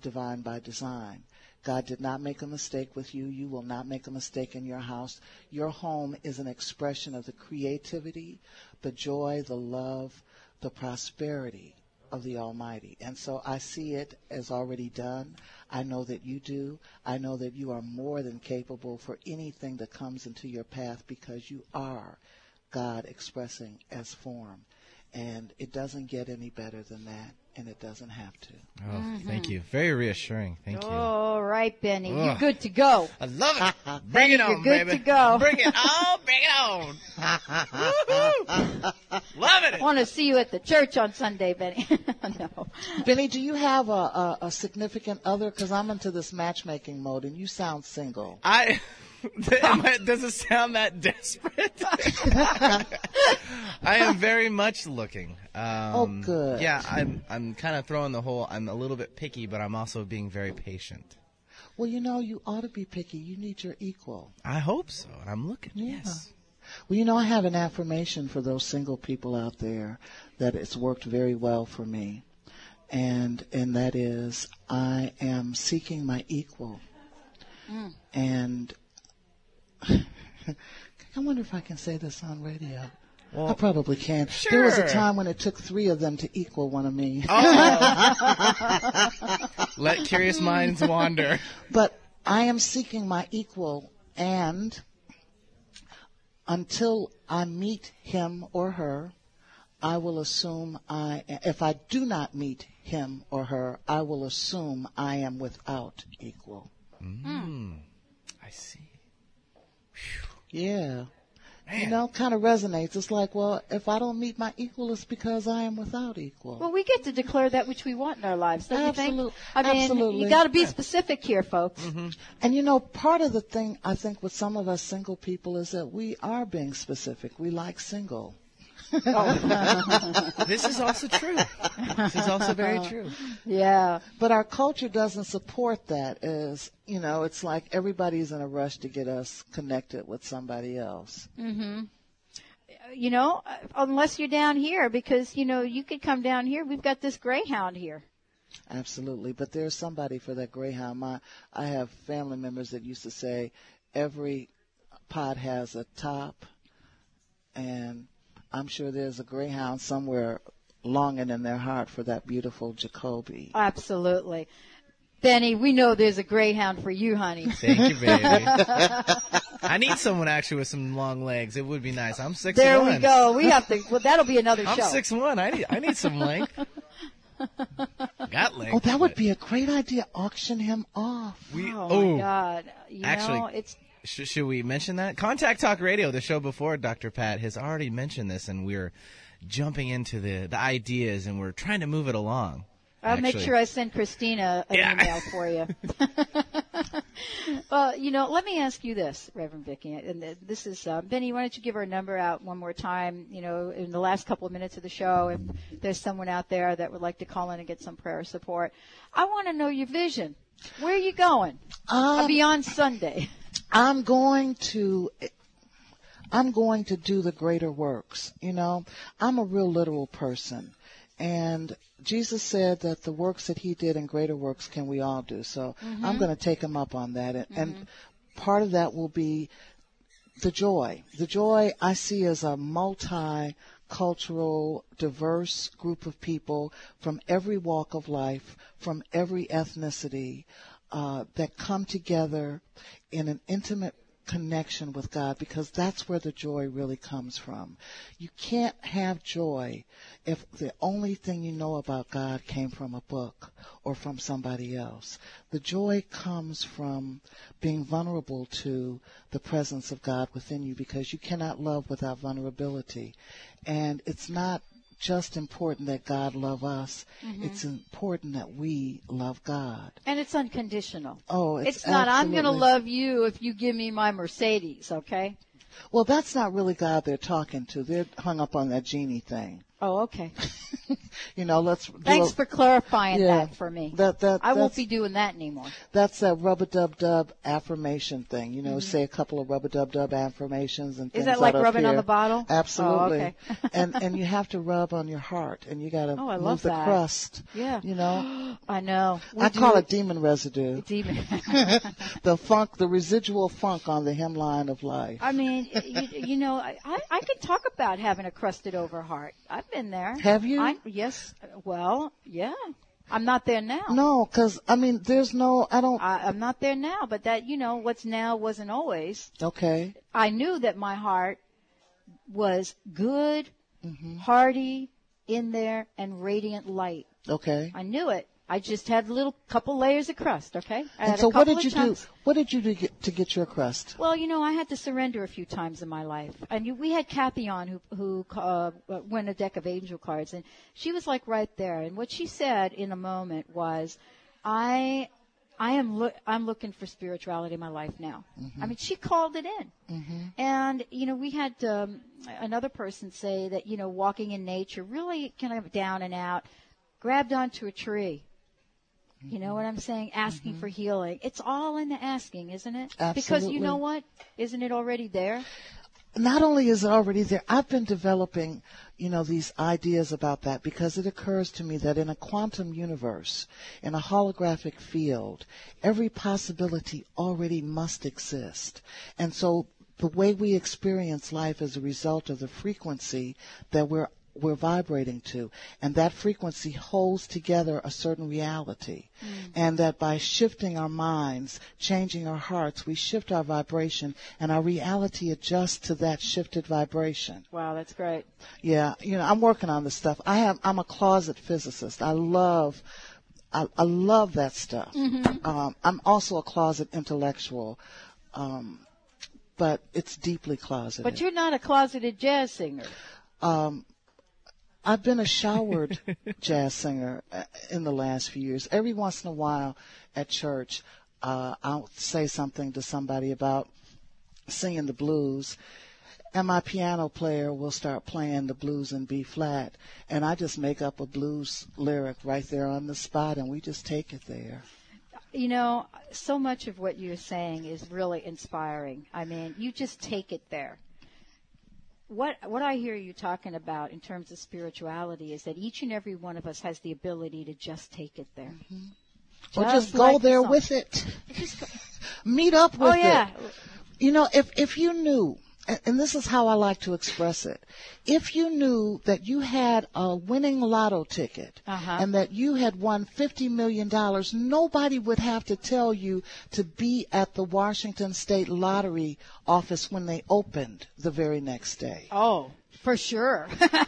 [SPEAKER 7] divine by design. God did not make a mistake with you. You will not make a mistake in your house. Your home is an expression of the creativity, the joy, the love, the prosperity of the Almighty. And so I see it as already done. I know that you do. I know that you are more than capable for anything that comes into your path because you are God expressing as form. And it doesn't get any better than that, and it doesn't have to.
[SPEAKER 3] Oh, thank you. Very reassuring. Thank you.
[SPEAKER 2] All right, Benny, you're
[SPEAKER 3] Ugh.
[SPEAKER 2] good to go.
[SPEAKER 3] I love it. Bring it
[SPEAKER 2] You're
[SPEAKER 3] on,
[SPEAKER 2] good to
[SPEAKER 3] baby.
[SPEAKER 2] go.
[SPEAKER 3] Bring it on. Bring it on. Woohoo. Loving it.
[SPEAKER 2] Want to see you at the church on Sunday, Benny? no.
[SPEAKER 7] Benny, do you have a, a, a significant other? Because I'm into this matchmaking mode, and you sound single.
[SPEAKER 3] I. Am I- does it sound that desperate? I am very much looking. Um,
[SPEAKER 7] Oh, good.
[SPEAKER 3] Yeah, I'm. I'm kind of throwing the whole. I'm a little bit picky, but I'm also being very patient.
[SPEAKER 7] Well, you know, you ought to be picky. You need your equal.
[SPEAKER 3] I hope so, and I'm looking. Yes.
[SPEAKER 7] Well, you know, I have an affirmation for those single people out there that it's worked very well for me. And, and that is, I am seeking my equal. Mm. And I wonder if I can say this on radio. I probably can. There was
[SPEAKER 3] Sure.
[SPEAKER 7] a time when it took three of them to equal one of me.
[SPEAKER 3] Let curious minds wander.
[SPEAKER 7] But I am seeking my equal, and until I meet him or her, I will assume I, if I do not meet him or her, I will assume I am without equal.
[SPEAKER 3] I see.
[SPEAKER 7] Yeah. You know, kind of resonates. It's like, well, if I don't meet my equal, it's because I am without equal.
[SPEAKER 2] Well, we get to declare that which we want in our lives, don't you
[SPEAKER 7] Absolute-
[SPEAKER 2] think? I mean,
[SPEAKER 7] absolutely.
[SPEAKER 2] you got to be specific here, folks.
[SPEAKER 7] And you know, part of the thing I think with some of us single people is that we are being specific. We like single.
[SPEAKER 3] This is also true. This is also very true.
[SPEAKER 2] Yeah.
[SPEAKER 7] But our culture doesn't support that as, you know, it's like everybody's in a rush to get us connected with somebody else.
[SPEAKER 2] you know, uh, unless you're down here, because you know you could come down here. We've got this greyhound here.
[SPEAKER 7] Absolutely. But there's somebody for that greyhound. My, I have family members that used to say every pod has a top and I'm sure there's a greyhound somewhere longing in their heart for that beautiful Jacoby.
[SPEAKER 2] Absolutely, Benny. We know there's a greyhound for you, honey.
[SPEAKER 3] Thank you, baby. I need someone actually with some long legs. It would be nice. I'm six
[SPEAKER 2] There
[SPEAKER 3] one.
[SPEAKER 2] we go. We have to. Well, that'll be another
[SPEAKER 3] I'm
[SPEAKER 2] show.
[SPEAKER 3] six one. I need I need some length. Got length.
[SPEAKER 7] Oh, that would be a great idea. Auction him off.
[SPEAKER 3] We,
[SPEAKER 2] Oh,
[SPEAKER 3] oh,
[SPEAKER 2] my God! You
[SPEAKER 3] Actually-
[SPEAKER 2] know, it's
[SPEAKER 3] Sh- should we mention that? Contact Talk Radio, the show before Dr. Pat, has already mentioned this, and we're jumping into the, the ideas, and we're trying to move it along.
[SPEAKER 2] I'll make
[SPEAKER 3] actually.
[SPEAKER 2] sure I send Christina an
[SPEAKER 3] Yeah.
[SPEAKER 2] email for you. well, you know, let me ask you this, Reverend Vicky, and th- this is uh, Benny. Why don't you give our number out one more time? You know, in the last couple of minutes of the show, if there's someone out there that would like to call in and get some prayer support, I want to know your vision. Where are you going Uh,
[SPEAKER 7] Um,
[SPEAKER 2] beyond Sunday?
[SPEAKER 7] I'm going to I'm going to do the greater works. You know, I'm a real literal person. And Jesus said that the works that he did and greater works can we all do. So I'm going to take him up on that. And, and part of that will be the joy. The joy I see as a multicultural, diverse group of people from every walk of life, from every ethnicity, uh, that come together in an intimate connection with God because that's where the joy really comes from. You can't have joy if the only thing you know about God came from a book or from somebody else. The joy comes from being vulnerable to the presence of God within you because you cannot love without vulnerability. And it's not just important that God love us.
[SPEAKER 2] Mm-hmm.
[SPEAKER 7] It's important that we love God.
[SPEAKER 2] And it's unconditional.
[SPEAKER 7] Oh, it's,
[SPEAKER 2] not. I'm going to
[SPEAKER 7] absolutely-
[SPEAKER 2] love you if you give me my Mercedes. Okay.
[SPEAKER 7] Well, that's not really God they're talking to. They're hung up on that genie thing.
[SPEAKER 2] Oh, okay.
[SPEAKER 7] You know, let's. do
[SPEAKER 2] Thanks
[SPEAKER 7] a-
[SPEAKER 2] for clarifying
[SPEAKER 7] Yeah.
[SPEAKER 2] that for me.
[SPEAKER 7] That that
[SPEAKER 2] I won't be
[SPEAKER 7] that's-
[SPEAKER 2] doing that anymore.
[SPEAKER 7] That's that rub a dub dub affirmation thing. You know, say a couple of rub a dub dub affirmations and
[SPEAKER 2] Mm-hmm. Is
[SPEAKER 7] things
[SPEAKER 2] that like
[SPEAKER 7] that'll
[SPEAKER 2] rubbing on
[SPEAKER 7] appear.
[SPEAKER 2] the bottle?
[SPEAKER 7] Absolutely.
[SPEAKER 2] Oh, okay.
[SPEAKER 7] and and you have to rub on your heart, and you got to
[SPEAKER 2] Oh, I
[SPEAKER 7] move
[SPEAKER 2] love
[SPEAKER 7] the
[SPEAKER 2] that.
[SPEAKER 7] crust.
[SPEAKER 2] Yeah.
[SPEAKER 7] You know,
[SPEAKER 2] I know. We
[SPEAKER 7] I
[SPEAKER 2] do
[SPEAKER 7] call it demon residue.
[SPEAKER 2] demon.
[SPEAKER 7] The funk, the residual funk on the hemline of life.
[SPEAKER 2] I mean, you, you know, I, I I could talk about having a crusted over heart. I've been there.
[SPEAKER 7] Have you?
[SPEAKER 2] I, yes. Well, yeah. I'm not there now.
[SPEAKER 7] No, because I mean, there's no. I don't.
[SPEAKER 2] I, I'm not there now, but that, you know, what's now wasn't always.
[SPEAKER 7] Okay. Mm-hmm.
[SPEAKER 2] I knew that my heart was good, hearty, in there and radiant light.
[SPEAKER 7] Okay.
[SPEAKER 2] I knew it. I just had a little couple layers of crust, okay? I had
[SPEAKER 7] And
[SPEAKER 2] a
[SPEAKER 7] so what
[SPEAKER 2] couple
[SPEAKER 7] did you
[SPEAKER 2] of
[SPEAKER 7] do?
[SPEAKER 2] chunks.
[SPEAKER 7] What did you do get- to get your crust?
[SPEAKER 2] Well, you know, I had to surrender a few times in my life, and you, we had Cappy on who who uh, won a deck of angel cards, and she was like right there. And what she said in a moment was, "I, I am loo- I'm looking for spirituality in my life now." I mean, she called it in, and you know, we had um, another person say that you know, walking in nature really kind of down and out, grabbed onto a tree. You know what I'm saying? Asking for healing. It's all in the asking, isn't it? Because you know
[SPEAKER 7] Absolutely.
[SPEAKER 2] what? Isn't it already there?
[SPEAKER 7] not only is it already there, I've been developing, you know, these ideas about that because it occurs to me that in a quantum universe, in a holographic field, every possibility already must exist. And so the way we experience life is a result of the frequency that we're we're vibrating to and that frequency holds together a certain reality and that by shifting our minds changing our hearts we shift our vibration and our reality adjusts to that shifted vibration
[SPEAKER 2] Wow, that's great.
[SPEAKER 7] yeah, you know, I'm working on this stuff. I have, I'm a closet physicist. I love, I, I love that stuff. Um, I'm also a closet intellectual, um, but it's deeply closeted.
[SPEAKER 2] But you're not a closeted jazz singer.
[SPEAKER 7] I've been a showered jazz singer uh, in the last few years. Every once in a while at church, uh, I'll say something to somebody about singing the blues. And my piano player will start playing the blues in B flat. And I just make up a blues lyric right there on the spot and we just take it there.
[SPEAKER 2] You know, so much of what you're saying is really inspiring. I mean, you just take it there. What what I hear you talking about in terms of spirituality is that each and every one of us has the ability to just take it there.
[SPEAKER 7] Or
[SPEAKER 2] Just
[SPEAKER 7] just go
[SPEAKER 2] like
[SPEAKER 7] there
[SPEAKER 2] the song.
[SPEAKER 7] with it. Meet up with
[SPEAKER 2] Oh yeah,
[SPEAKER 7] it. You know, if, if you knew, and, and this is how I like to express it, if you knew that you had a winning lotto ticket
[SPEAKER 2] Uh-huh.
[SPEAKER 7] and that you had won $50 million, nobody would have to tell you to be at the Washington State Lottery office when they opened the very next day.
[SPEAKER 2] oh for sure.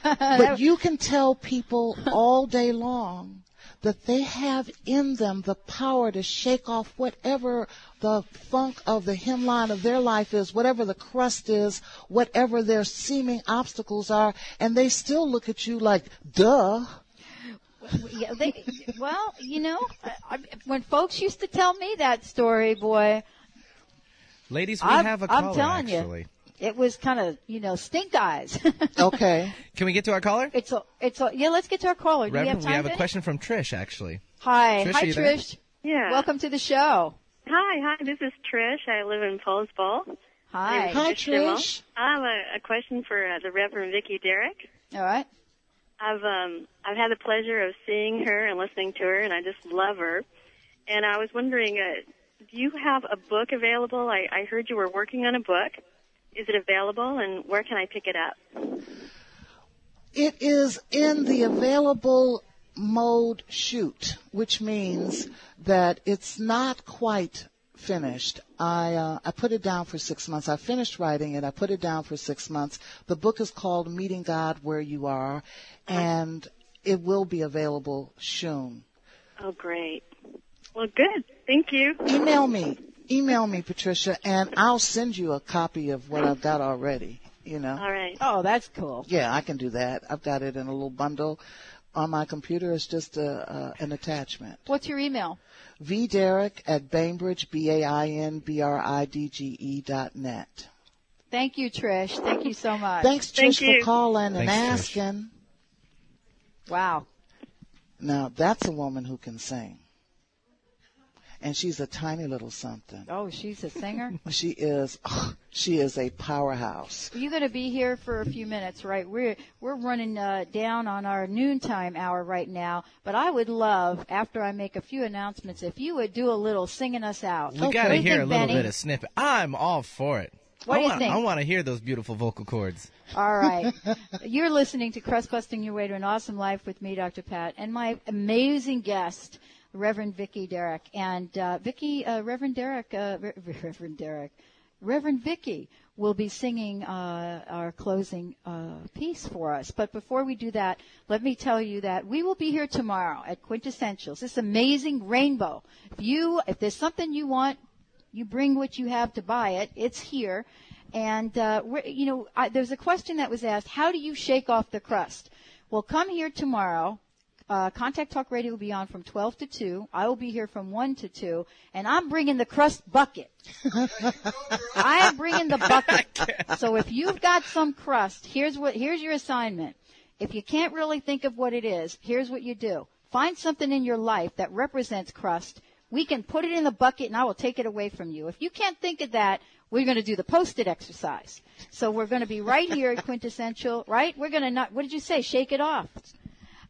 [SPEAKER 7] But you can tell people all day long that they have in them the power to shake off whatever the funk of the hemline of their life is, whatever the crust is, whatever their seeming obstacles are, and they still look at you like, duh.
[SPEAKER 2] yeah, they, well, you know, I, I, when folks used to tell me that story, boy,
[SPEAKER 3] Ladies, we
[SPEAKER 2] I'm-
[SPEAKER 3] have a
[SPEAKER 2] I'm
[SPEAKER 3] caller,
[SPEAKER 2] telling you.
[SPEAKER 3] actually.
[SPEAKER 2] it was kind of you know stink eyes.
[SPEAKER 7] Okay.
[SPEAKER 3] Can we get to our caller?
[SPEAKER 2] it's a, it's a, yeah. Let's get to our caller. Do
[SPEAKER 3] Reverend,
[SPEAKER 2] you have time?
[SPEAKER 3] we have a
[SPEAKER 2] Vinny?
[SPEAKER 3] question from Trish, actually.
[SPEAKER 2] Hi,
[SPEAKER 3] Trish,
[SPEAKER 2] hi,
[SPEAKER 3] are you there?
[SPEAKER 2] Trish.
[SPEAKER 9] Yeah.
[SPEAKER 2] Welcome to the show.
[SPEAKER 9] Hi, hi. This is Trish. I live in Paul's Bowl.
[SPEAKER 2] Hi.
[SPEAKER 7] Hi,
[SPEAKER 9] Kimmel.
[SPEAKER 7] Trish.
[SPEAKER 9] I have a, a question for uh, the Reverend Vicki Derrick.
[SPEAKER 2] All right.
[SPEAKER 9] I've um I've had the pleasure of seeing her and listening to her, and I just love her. And I was wondering, uh, do you have a book available? I, I heard you were working on a book. Is it available, and where can I pick it up?
[SPEAKER 7] It is in the available mode shoot, which means that it's not quite finished. I uh, I put it down for six months. I finished writing it. I put it down for six months. The book is called Meeting God Where You Are, and it will be available soon.
[SPEAKER 9] Oh, great. Well, good. Thank you.
[SPEAKER 7] Email me. Email me, Patricia, and I'll send you a copy of what I've got already. You know.
[SPEAKER 9] All right.
[SPEAKER 2] Oh, that's cool.
[SPEAKER 7] Yeah, I can do that. I've got it in a little bundle on my computer. It's just a, uh, an attachment.
[SPEAKER 2] What's your email?
[SPEAKER 7] V Derrick at Bainbridge, B A I N B R I D G E dot net.
[SPEAKER 2] Thank you, Trish. Thank you so much.
[SPEAKER 7] Thanks,
[SPEAKER 9] Thank
[SPEAKER 7] Trish,
[SPEAKER 9] you.
[SPEAKER 7] for calling and
[SPEAKER 3] Thanks, Trish.
[SPEAKER 7] asking.
[SPEAKER 2] Wow.
[SPEAKER 7] Now, that's a woman who can sing. And she's a tiny little something.
[SPEAKER 2] Oh, she's a singer.
[SPEAKER 7] She is, she is a powerhouse.
[SPEAKER 2] You're going to be here for a few minutes, right? We're we're running uh, down on our noontime hour right now, but I would love after I make a few announcements if you would do a little singing us out.
[SPEAKER 3] We got to
[SPEAKER 2] What do you
[SPEAKER 3] hear a
[SPEAKER 2] think,
[SPEAKER 3] little
[SPEAKER 2] Benny?
[SPEAKER 3] bit of snippet. I'm all for it.
[SPEAKER 2] What
[SPEAKER 3] I
[SPEAKER 2] do you
[SPEAKER 3] wanna,
[SPEAKER 2] think?
[SPEAKER 3] I want to hear those beautiful vocal cords.
[SPEAKER 2] All right. You're listening to Crust Busting Your Way to an Awesome Life with me, Dr. Pat, and my amazing guest, Reverend Vicki Derrick. And uh, Vicki, uh, Reverend Derrick, uh, Re- Reverend Derrick, Reverend Vicky will be singing uh, our closing uh, piece for us. But before we do that, let me tell you that we will be here tomorrow at Quintessentials. This amazing rainbow. If you, if there's something you want, you bring what you have to buy it. It's here. And, uh, we're- you know, I, there's a question that was asked, how do you shake off the crust? Well, come here tomorrow. Uh, Contact Talk Radio will be on from 12 to 2. I will be here from 1 to 2. And I'm bringing the crust bucket. I am bringing the bucket. So if you've got some crust, here's what, here's your assignment. If you can't really think of what it is, here's what you do. Find something in your life that represents crust. We can put it in the bucket and I will take it away from you. If you can't think of that, we're going to do the post-it exercise. So we're going to be right here at Quintessential, right? We're going to not, what did you say? Shake it off.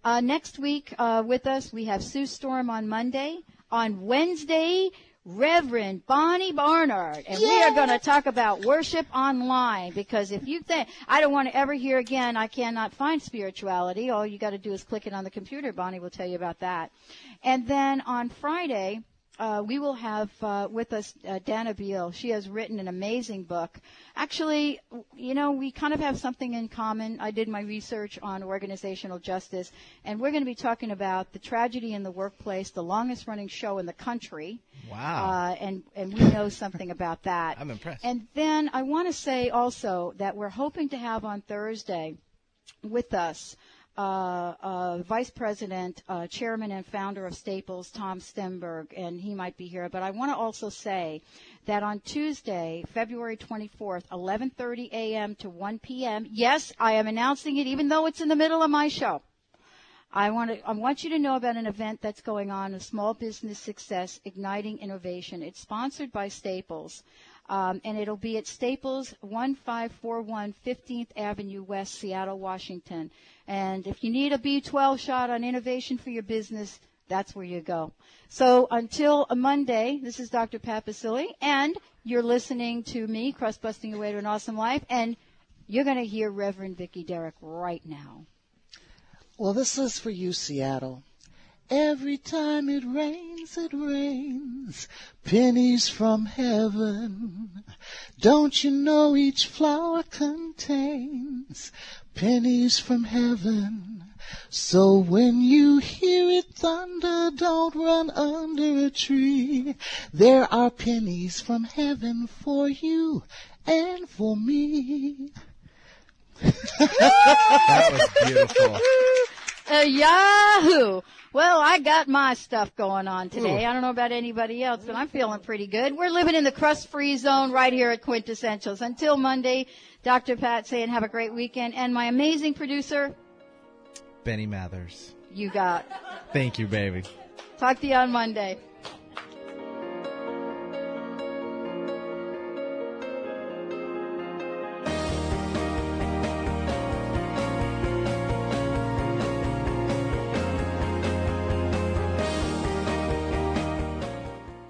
[SPEAKER 2] Uh, next week uh, with us, we have Sue Storm on Monday. On Wednesday, Reverend Bonnie Barnard. And we are going to talk about worship online because if you think, I don't want to ever hear again, I cannot find spirituality. All you got to do is click it on the computer. Bonnie will tell you about that. And then on Friday, uh, we will have uh, with us uh, Dana Beal. She has written an amazing book. Actually, w- you know, we kind of have something in common. I did my research on organizational justice, and we're going to be talking about the tragedy in the workplace, the longest running show in the country.
[SPEAKER 3] Wow.
[SPEAKER 2] Uh, and, and we know something about that.
[SPEAKER 3] I'm impressed.
[SPEAKER 2] And then I want to say also that we're hoping to have on Thursday with us uh, uh, Vice President, uh, Chairman, and founder of Staples, Tom Stenberg, and he might be here. But I want to also say that on Tuesday, February 24th, 11:30 a.m. to 1 p.m. Yes, I am announcing it, even though it's in the middle of my show. I want to, I want you to know about an event that's going on, a small business success, igniting innovation. It's sponsored by Staples. Um, and it'll be at Staples 1541 15th Avenue West, Seattle, Washington. And if you need a B12 shot on innovation for your business, that's where you go. So until a Monday, this is Dr. Papasili, and you're listening to me, Crust Busting Away to an Awesome Life, and you're going to hear Reverend Vicki Derrick right now.
[SPEAKER 7] Well, this is for you, Seattle. Every time it rains, it rains pennies from heaven. Don't you know each flower contains pennies from heaven? So when you hear it thunder, don't run under a tree. There are pennies from heaven for you and for me.
[SPEAKER 3] That was beautiful.
[SPEAKER 2] Uh, Yahoo! Well, I got my stuff going on today. I don't know about anybody else, but I'm feeling pretty good. We're living in the crust-free zone right here at Quintessentials. Until Monday, Dr. Pat saying have a great weekend. And my amazing producer,
[SPEAKER 3] Benny Mathers.
[SPEAKER 2] you got.
[SPEAKER 3] Thank you, baby.
[SPEAKER 2] Talk to you on Monday.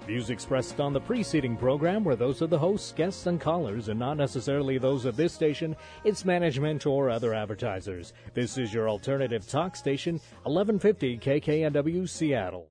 [SPEAKER 1] Views expressed on the preceding program were those of the hosts, guests, and callers, and not necessarily those of this station, its management, or other advertisers. This is your alternative talk station, 1150 KKNW Seattle.